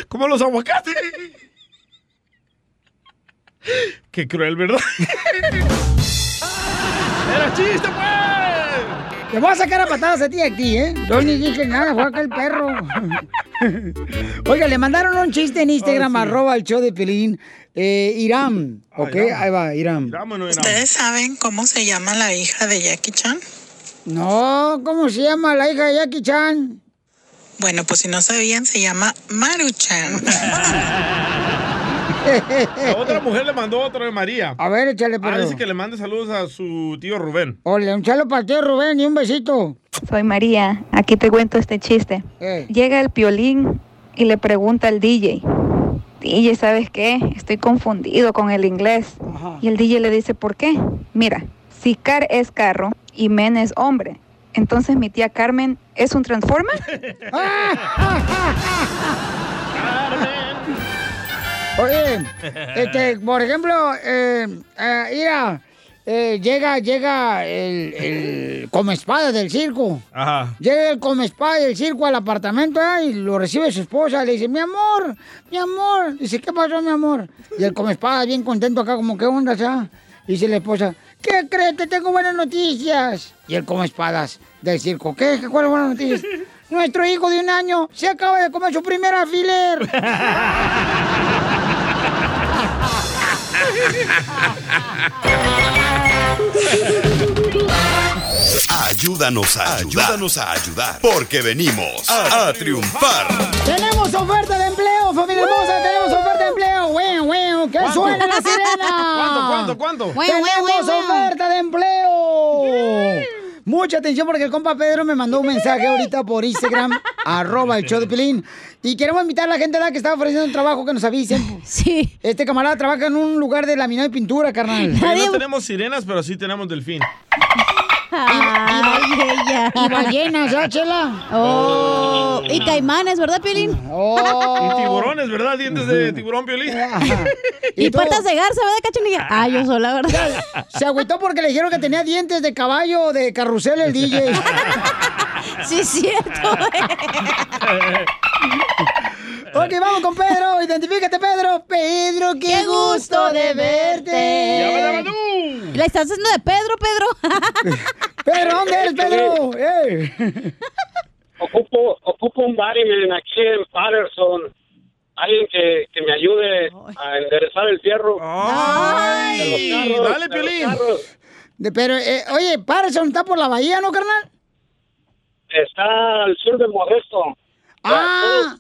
S7: Como los aguacates. Qué cruel, ¿verdad? ¡Era chiste, pues!
S4: Te voy a sacar a patadas a ti a ti, ¿eh? Yo ni dije nada, fue acá el perro. Oiga, le mandaron un chiste en
S7: Ah,
S4: Instagram, arroba el show de Pelín. Eh, Irán, ¿ok? Ahí va, Irán.
S16: ¿Ustedes saben cómo se llama la hija de Jackie Chan?
S4: No, ¿cómo se llama la hija de Jackie Chan?
S16: Bueno, pues si no sabían, se llama Maruchan.
S7: La otra mujer le mandó otro de María.
S4: A ver, échale
S7: Ah,
S4: perro.
S7: dice que le mande saludos a su tío Rubén.
S4: Ole, un chalo para el tío Rubén y un besito.
S17: Soy María, aquí te cuento este chiste. Llega el piolín y le pregunta al DJ, DJ, ¿sabes qué? Estoy confundido con el inglés. Y el DJ le dice, ¿por qué? Mira, si car es carro y men es hombre, entonces mi tía Carmen es un transformer.
S9: Ah.
S4: Oye, este, por ejemplo, eh, eh, mira, eh, llega, llega el, el come espada del circo.
S7: Ajá.
S4: Llega el come espada del circo al apartamento ¿eh? y lo recibe su esposa. Le dice, mi amor, mi amor. Dice, ¿qué pasó, mi amor? Y el come espada bien contento acá, como, ¿qué onda, ya? Dice la esposa, ¿qué crees? Te tengo buenas noticias. Y el come espadas del circo, ¿qué? ¿Qué- ¿Cuáles buenas noticias? Nuestro hijo de un año se acaba de comer su primer alfiler.
S1: Ayúdanos a ayudar. Ayúdanos a ayudar. Porque venimos a, a triunfar.
S4: Tenemos oferta de empleo, familia hermosa. Tenemos oferta de empleo. ¡Weo, weo! ¡Que
S3: ¿Cuánto?
S4: suena la sirena!
S3: ¿Cuánto, cuánto, cuánto? Weo, weo, weo,
S4: Tenemos
S3: weo.
S4: oferta de empleo. Mucha atención porque el compa Pedro me mandó un mensaje ahorita por Instagram, arroba el show de Pilín. Y queremos invitar a la gente ¿verdad? que está ofreciendo un trabajo que nos avisen.
S6: Sí.
S4: Este camarada trabaja en un lugar de laminado y pintura, carnal.
S7: Oye, no tenemos sirenas, pero sí tenemos delfín.
S4: Ah.
S6: Ay, ella.
S4: Y ballenas, ¿ya, Chela? Oh.
S6: Oh, y caimanes, ¿verdad, Piolín?
S7: Y tiburones, ¿verdad? Dientes de tiburón, Piolín.
S4: Ah.
S6: Y, puertas de garza, ¿verdad, cachanilla? Ah, yo sola, ¿verdad?
S4: Se agüitó porque le dijeron que tenía dientes de caballo o de carrusel el DJ.
S6: Sí, es cierto.
S4: Ok, vamos con Pedro. Identifícate, Este, Pedro. Pedro, qué, gusto de verte.
S6: La estás haciendo de Pedro, Pedro.
S4: Pedro, ¿dónde eres, Pedro?
S18: Ocupo, ocupo un bodyman aquí en Patterson. Alguien que, que me ayude a enderezar el fierro.
S7: ¡Ay!
S18: De los carros,
S7: Dale,
S18: de los
S7: Piolín.
S18: carros.
S4: De- pero, eh, oye, Patterson está por la bahía, ¿no, carnal?
S18: Está al sur de Modesto.
S4: Ah.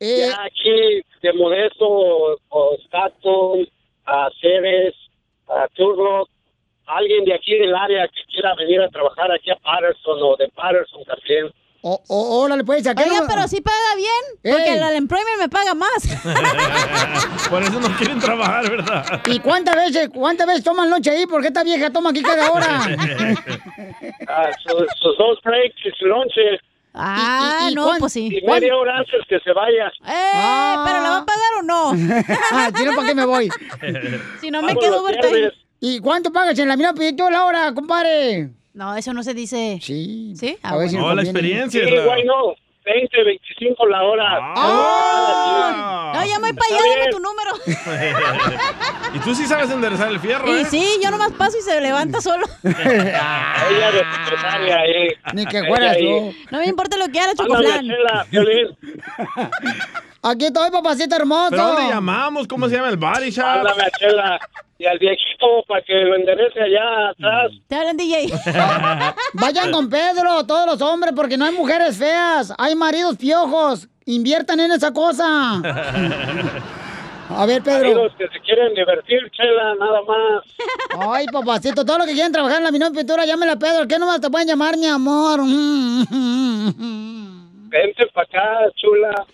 S6: Eh.
S18: Ya aquí de Modesto, o Staton, a Ceres, a Turlock. Alguien de aquí del área que quiera venir a trabajar aquí a Patterson o de Patterson también.
S4: O, o, órale, pues, acá.
S6: Oiga, pero sí paga bien, porque
S4: Ey.
S6: el Employment me paga más.
S7: Por eso no quieren trabajar, ¿verdad?
S4: ¿Y cuántas veces, cuántas veces toman noche ahí? Porque esta vieja toma aquí cada
S6: Eh,
S4: hora.
S18: Ah, su- sus dos breaks y su lonche.
S6: Ah, no, pues sí.
S18: Y media hora antes que se vaya.
S6: Eh, pero la va a pagar o no.
S4: ah, si no, ¿para qué me voy?
S6: Si no, me quedo overtime.
S4: ¿Y cuánto pagas en la mina Pues, toda la hora, compadre?
S6: No, eso no se dice.
S4: Sí.
S6: ¿Sí? Ah,
S18: A ver
S4: si
S7: No, la experiencia.
S18: Sí, güey, no. 20, 25 la hora.
S4: ¡Ah!
S6: No, ya me voy para allá, dame tu número.
S7: y tú sí sabes enderezar el fierro,
S6: Y
S7: ¿eh?
S6: sí, yo nomás paso y se
S4: Mm.
S6: levanta solo.
S18: Ella de secretaria ahí.
S4: Ni que fueras tú.
S6: No me importa lo que haga Chocoflan.
S7: Ah,
S4: Aquí estoy, papacito hermoso.
S7: ¿Pero dónde llamamos? ¿Cómo se llama el body shop?
S18: Háblame a Chela y al viejito para que lo enderece allá atrás.
S6: Te hablan, DJ.
S4: Vayan con Pedro, todos los hombres, porque no hay mujeres feas, hay maridos piojos. Inviertan en esa cosa.
S18: Ah.
S4: A ver, Pedro.
S18: Amigos que se quieren divertir, Chela, nada más.
S4: Ay, papacito, todo lo que quieran trabajar en la minón pintura, llámela a Pedro. ¿Qué nomás te pueden llamar, mi amor?
S18: Vente para acá, chula.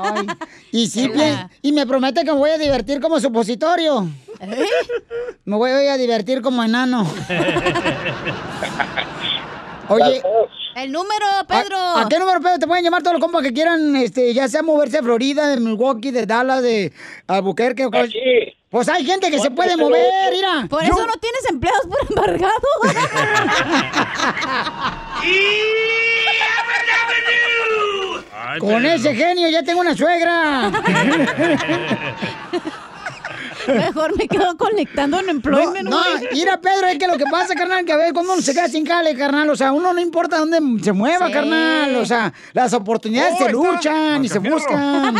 S4: Ay, y sí, pi- y me promete que me voy a divertir como supositorio.
S6: ¿Eh?
S4: Me voy a divertir como enano. Oye.
S6: El número, Pedro.
S4: ¿A, a qué número, Pedro? Te pueden llamar todos los compas que quieran, este, ya sea moverse a Florida, de Milwaukee, de Dallas, de Albuquerque. o cual-
S18: Aquí,
S4: Pues hay gente que se puede mover, mira.
S6: Por eso no tienes empleos por
S4: embargado. Con ese genio ya tengo una suegra.
S6: Mejor me quedo conectando en employment.
S4: No, no, mira, Pedro, es que lo que pasa, carnal, que a ver, cuando uno se queda sin cale, carnal, o sea, uno no importa dónde se mueva,
S6: Sí.
S4: carnal, o sea, las oportunidades se luchan y se buscan.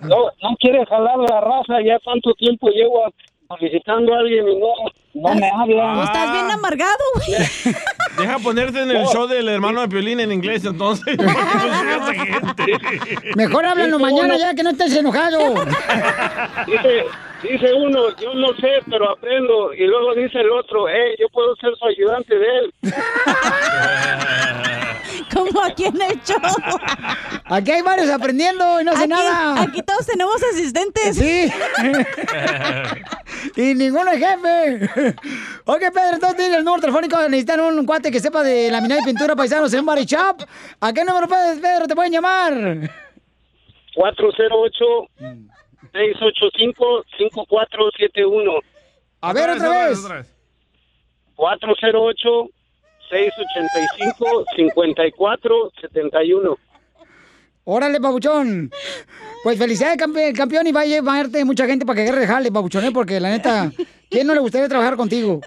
S18: No, no quiere jalar la raza, ya tanto tiempo llevo solicitando a alguien y no, no me habla.
S6: Estás bien amargado, güey.
S7: Deja ponerte en el show del hermano de Piolín en inglés, entonces. No seas esa gente.
S4: Mejor háblalo mañana ya, que no estés enojado.
S18: Dice, dice uno, yo no sé, pero aprendo. Y luego dice el otro, eh, yo puedo ser su ayudante de él.
S6: Como aquí en el show.
S4: Aquí hay varios aprendiendo y no hace nada.
S6: Aquí todos tenemos asistentes.
S4: Sí. y ninguno es jefe. Oye, Pedro, entonces tiene el número telefónico. Necesitan un cuate que sepa de laminado y pintura paisanos en Body Shop. ¿A qué número, Pedro, Pedro, te pueden llamar?
S18: 408-685-5471.
S4: A ver, otra vez.
S18: 408-685-5471.
S4: Órale, babuchón. Pues felicidades, campe- campeón, y vaya a llevarte mucha gente para que agarre jale, babuchón, ¿eh? porque la neta, ¿quién no le gustaría trabajar contigo?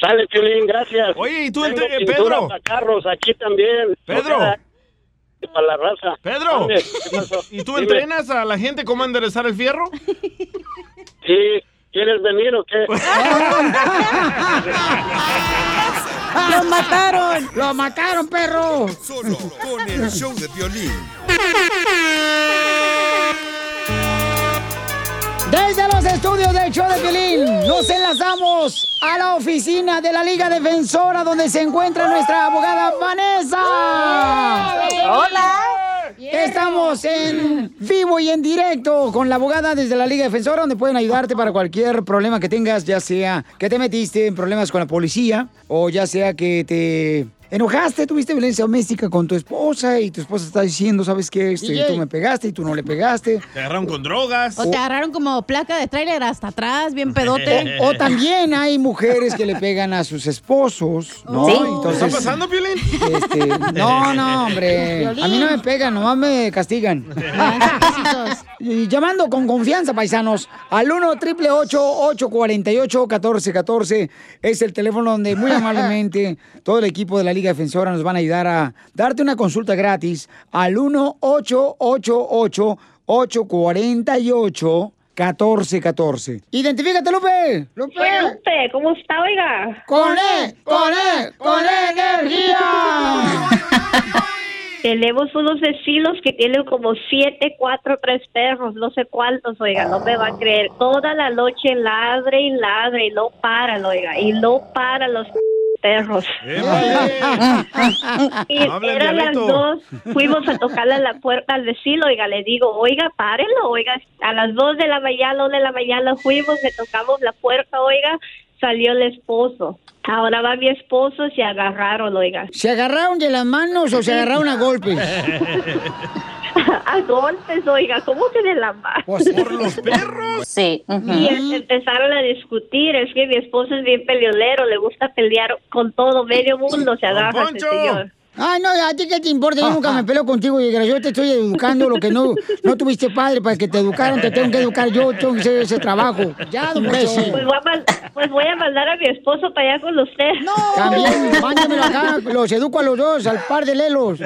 S18: Sale, Piolín, gracias. Oye,
S7: ¿y tú,
S18: Tengo
S7: Ente- eh,
S18: pintura
S7: Pedro?
S18: pa' carros aquí también.
S7: Pedro.
S18: Para la raza.
S7: Pedro.
S18: Dime, ¿qué pasó?
S7: ¿Y tú
S18: Dime,
S7: entrenas a la gente cómo enderezar el fierro?
S18: Sí. ¿Quieres venir o qué?
S4: ¡Lo mataron! ¡Lo mataron, perro!
S1: Solo con el show de violín.
S4: Desde los estudios del show de Pelín, nos enlazamos a la oficina de la Liga Defensora donde se encuentra nuestra abogada Vanessa.
S3: Hola.
S4: Estamos en vivo y en directo con la abogada desde la Liga Defensora, donde pueden ayudarte para cualquier problema que tengas, ya sea que te metiste en problemas con la policía o ya sea que te enojaste, tuviste violencia doméstica con tu esposa y tu esposa está diciendo, ¿sabes qué? Este,
S6: DJ.
S4: tú me pegaste y tú no le pegaste.
S7: Te agarraron con drogas.
S6: O te agarraron como placa de tráiler hasta atrás, bien pedote.
S4: O también hay mujeres que le pegan a sus esposos, ¿no?
S6: Sí.
S7: ¿Está pasando, Piolín?
S4: este, no, no, hombre. A mí no me pegan, nomás me castigan. Y llamando con confianza, paisanos, al 1 triple 848 1414 es el teléfono donde muy amablemente todo el equipo de la Liga Defensora nos van a ayudar a darte una consulta gratis al 1 848 848 1414. Identifícate, Lupe. Lupe.
S27: Lupe, ¿cómo está, oiga?
S4: Con E, con E, con E energía.
S27: Tenemos unos vecinos que tienen como siete, cuatro, tres perros, no sé cuántos, oiga, no me va a creer. Toda la noche ladre y ladre y no paran, oiga, y no paran los perros. y
S3: No hablen
S27: eran las
S3: dialecto.
S27: dos, fuimos a tocarle la puerta al vecino, oiga, le digo, oiga, párenlo, oiga, a las dos de la mañana, una de la mañana fuimos, le tocamos la puerta, oiga, salió el esposo. Ahora va mi esposo, se agarraron, oiga.
S4: ¿Se agarraron de las manos o se agarraron a golpes?
S27: a golpes, oiga, ¿cómo que de la mano?
S4: por
S27: los perros. Sí. Y em- empezaron a discutir, es que mi esposo es bien peleolero, le gusta pelear con todo, medio mundo se agarra ese señor.
S4: Ay, no, a ti qué te importa, yo nunca me peleo contigo y yo te estoy educando lo que no, no tuviste padre para que te educaron, te tengo que educar yo, tengo que hacer ese trabajo. Ya, don Poncho.
S27: pues, voy a man- pues voy a mandar a mi esposo para allá con usted. No.
S4: También, mándamelo acá, los educo a los dos, al par de lelos.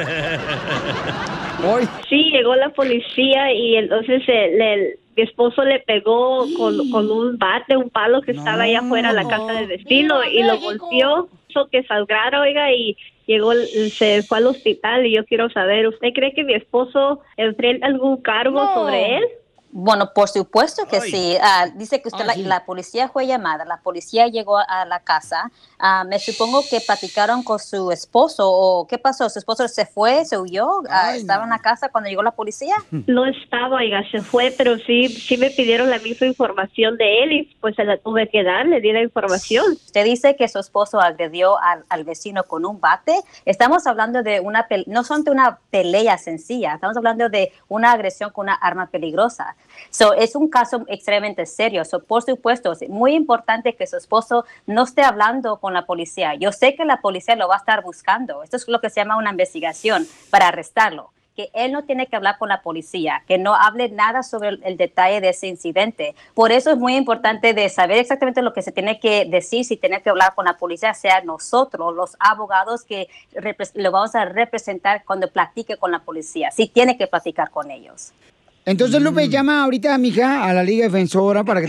S27: Sí, llegó la policía y entonces eh, le- mi esposo le pegó con, con un bate, un palo que estaba allá afuera de la casa del vecino y lo golpeó, hizo que salgara, oiga, y llegó, se fue al hospital y yo quiero saber, ¿usted cree que mi esposo enfrenta algún cargo sobre él?
S5: Bueno, por supuesto que sí. Ah, dice que usted, la,
S27: sí.
S5: la policía fue llamada, la policía llegó a, a la casa. Ah, me supongo que platicaron con su esposo o qué pasó, su esposo se fue, se huyó, Ah, estaba en la casa cuando llegó la policía.
S27: No estaba, oiga, se fue, pero sí, sí me pidieron la misma información de él y pues se la tuve que dar, le di la información.
S5: Usted dice que su esposo agredió al, al vecino con un bate. Estamos hablando de una, pel- no son de una pelea sencilla, estamos hablando de una agresión con una arma peligrosa. So, es un caso extremadamente serio. So, por supuesto, es muy importante que su esposo no esté hablando con la policía. Yo sé que la policía lo va a estar buscando. Esto es lo que se llama una investigación para arrestarlo que él no tiene que hablar con la policía, que no hable nada sobre el, el detalle de ese incidente. Por eso es muy importante de saber exactamente lo que se tiene que decir si tener que hablar con la policía, sea nosotros, los abogados que repres- lo vamos a representar cuando platique con la policía, si tiene que platicar con ellos.
S4: Entonces, Lupe, llama ahorita a mi hija, a la Liga Defensora, para que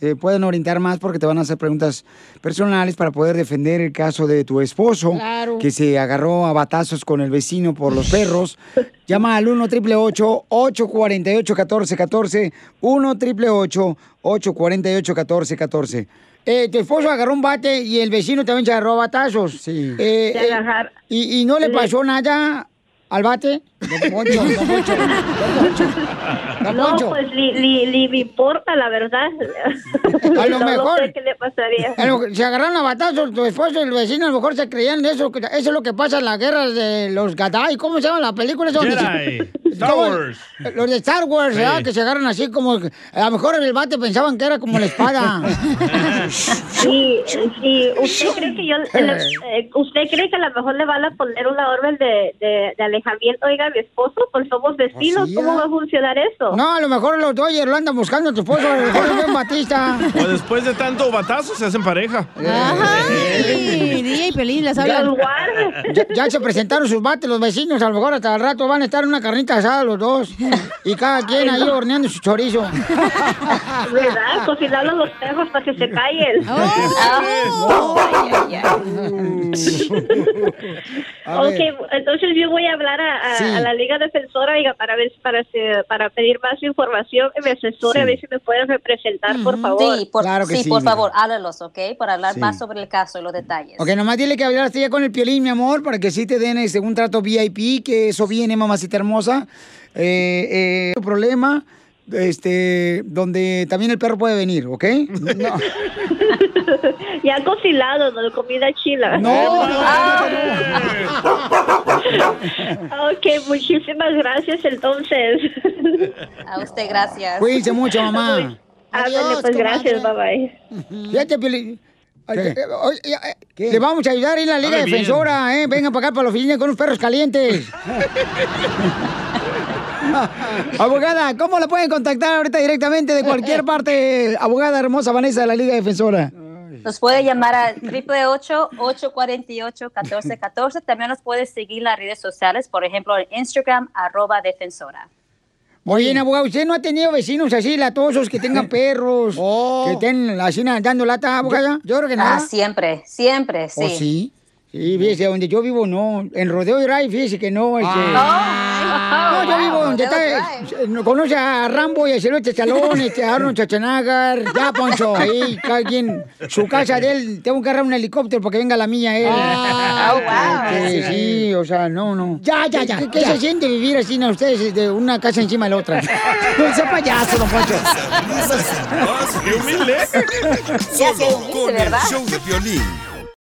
S4: te eh, puedan orientar más, porque te van a hacer preguntas personales para poder defender el caso de tu esposo,
S26: Claro.
S4: que se agarró a batazos con el vecino por los perros. Llama al 1 triple 848 1414 1 triple 848 1414 Eh, tu esposo agarró un bate y el vecino también se agarró a batazos. Sí.
S27: Se agarrar-
S4: y, ¿Y no le
S27: le-
S4: pasó nada al bate? Don Poncho, don Poncho, don Poncho.
S27: No, pues li, li, li me importa, la verdad.
S4: A lo
S27: No
S4: mejor.
S27: sé qué le pasaría.
S4: A lo- se agarraron a batazos, tu esposo y el vecino a lo mejor se creían de eso. que- Eso es lo que pasa en las guerras de los Gadai. ¿Cómo se llama la película? esa donde se-
S9: Jedi.
S4: Star Wars. Los de Star Wars,
S9: Sí.
S4: ¿verdad? Que se agarran así como... A lo mejor en el bate pensaban que era como la espada.
S27: Sí, sí. ¿Usted cree que yo, le- eh, usted cree que a lo mejor le van a poner una orden de, de, de alejamiento, oiga, a mi esposo? Pues somos vecinos,
S4: Así
S27: ¿cómo
S4: es.
S27: va a funcionar eso?
S4: No, a lo mejor los Dodgers lo andan buscando a tu esposo, a lo mejor lo ven Batista.
S7: O Pues después de tanto batazo se hacen pareja. Eh,
S4: Ay,
S28: DJ Pelín les
S4: Ya,
S28: hablan.
S4: ya- ya se presentaron sus bates los vecinos, a lo mejor hasta el rato van a estar en una carnita asada los dos. Y cada quien ahí horneando su chorizo.
S27: ¿Verdad? Cocinarlo a los perros para que se callen.
S4: A
S27: ok,
S4: ver.
S27: entonces yo voy a hablar a, a-
S4: Sí.
S27: a la Liga Defensora oiga, para ver para se- para pedir más información que me asesore
S5: Sí.
S27: a ver si me pueden representar, por favor.
S5: Sí, por, sí, por favor, háblalos, ¿ok? Para hablar
S4: Sí.
S5: más sobre el caso y los detalles.
S4: Ok, nomás dile que hablaste ya con el piolín, mi amor, para que sí te den este, un trato VIP, que eso viene, mamacita hermosa. Eh, eh, no problema, este, donde también el perro puede venir, ¿ok? No.
S27: Ya cocinado, no comida chila.
S4: Mm. No.
S27: ok, muchísimas gracias entonces.
S5: A usted, gracias.
S4: Cuídense mucho, mamá.
S27: Ándale, pues
S5: comadre.
S27: gracias, bye bye.
S4: Fíjate, Piolín. Ay,
S27: ¿Qué?
S4: eh, oye, eh, Le vamos a ayudar en la Liga
S27: Hable bien.
S4: Defensora, ¿eh? Vengan para acá para los oficina con unos perros calientes. abogada, ¿cómo la pueden contactar ahorita directamente de cualquier parte? Abogada hermosa Vanessa de la Liga Defensora.
S5: Nos puede llamar a 888-848-1414. También nos puede seguir en las redes sociales, por ejemplo, en Instagram, arroba defensora.
S4: Muy bien, abogado, ¿usted no ha tenido vecinos así, latosos, que tengan perros, que estén así dando lata, abogada? Yo, creo que no.
S5: Ah, siempre, siempre, sí.
S4: ¿O sí? Sí, fíjese, donde yo vivo no. En Rodeo Drive, fíjese que no. este-
S5: Ah.
S4: No, yo vivo donde
S9: Rodeo
S4: está. eh, Conoce a Rambo y a Celote Chalón, este, a Arnold Schwarzenegger. Ya, Poncho, ahí, cada quien. Su casa de él, tengo que agarrar un helicóptero para que venga la mía él. este,
S9: Ah, wow.
S4: Sí, sí, o sea, no, no. Ya, ya, ya. ¿Qué, qué
S9: ya.
S4: se siente vivir así, no, ustedes, de una casa encima de la otra? No sea payaso, don Poncho.
S3: Más risas.
S9: humilde.
S3: Solo con el show de violín.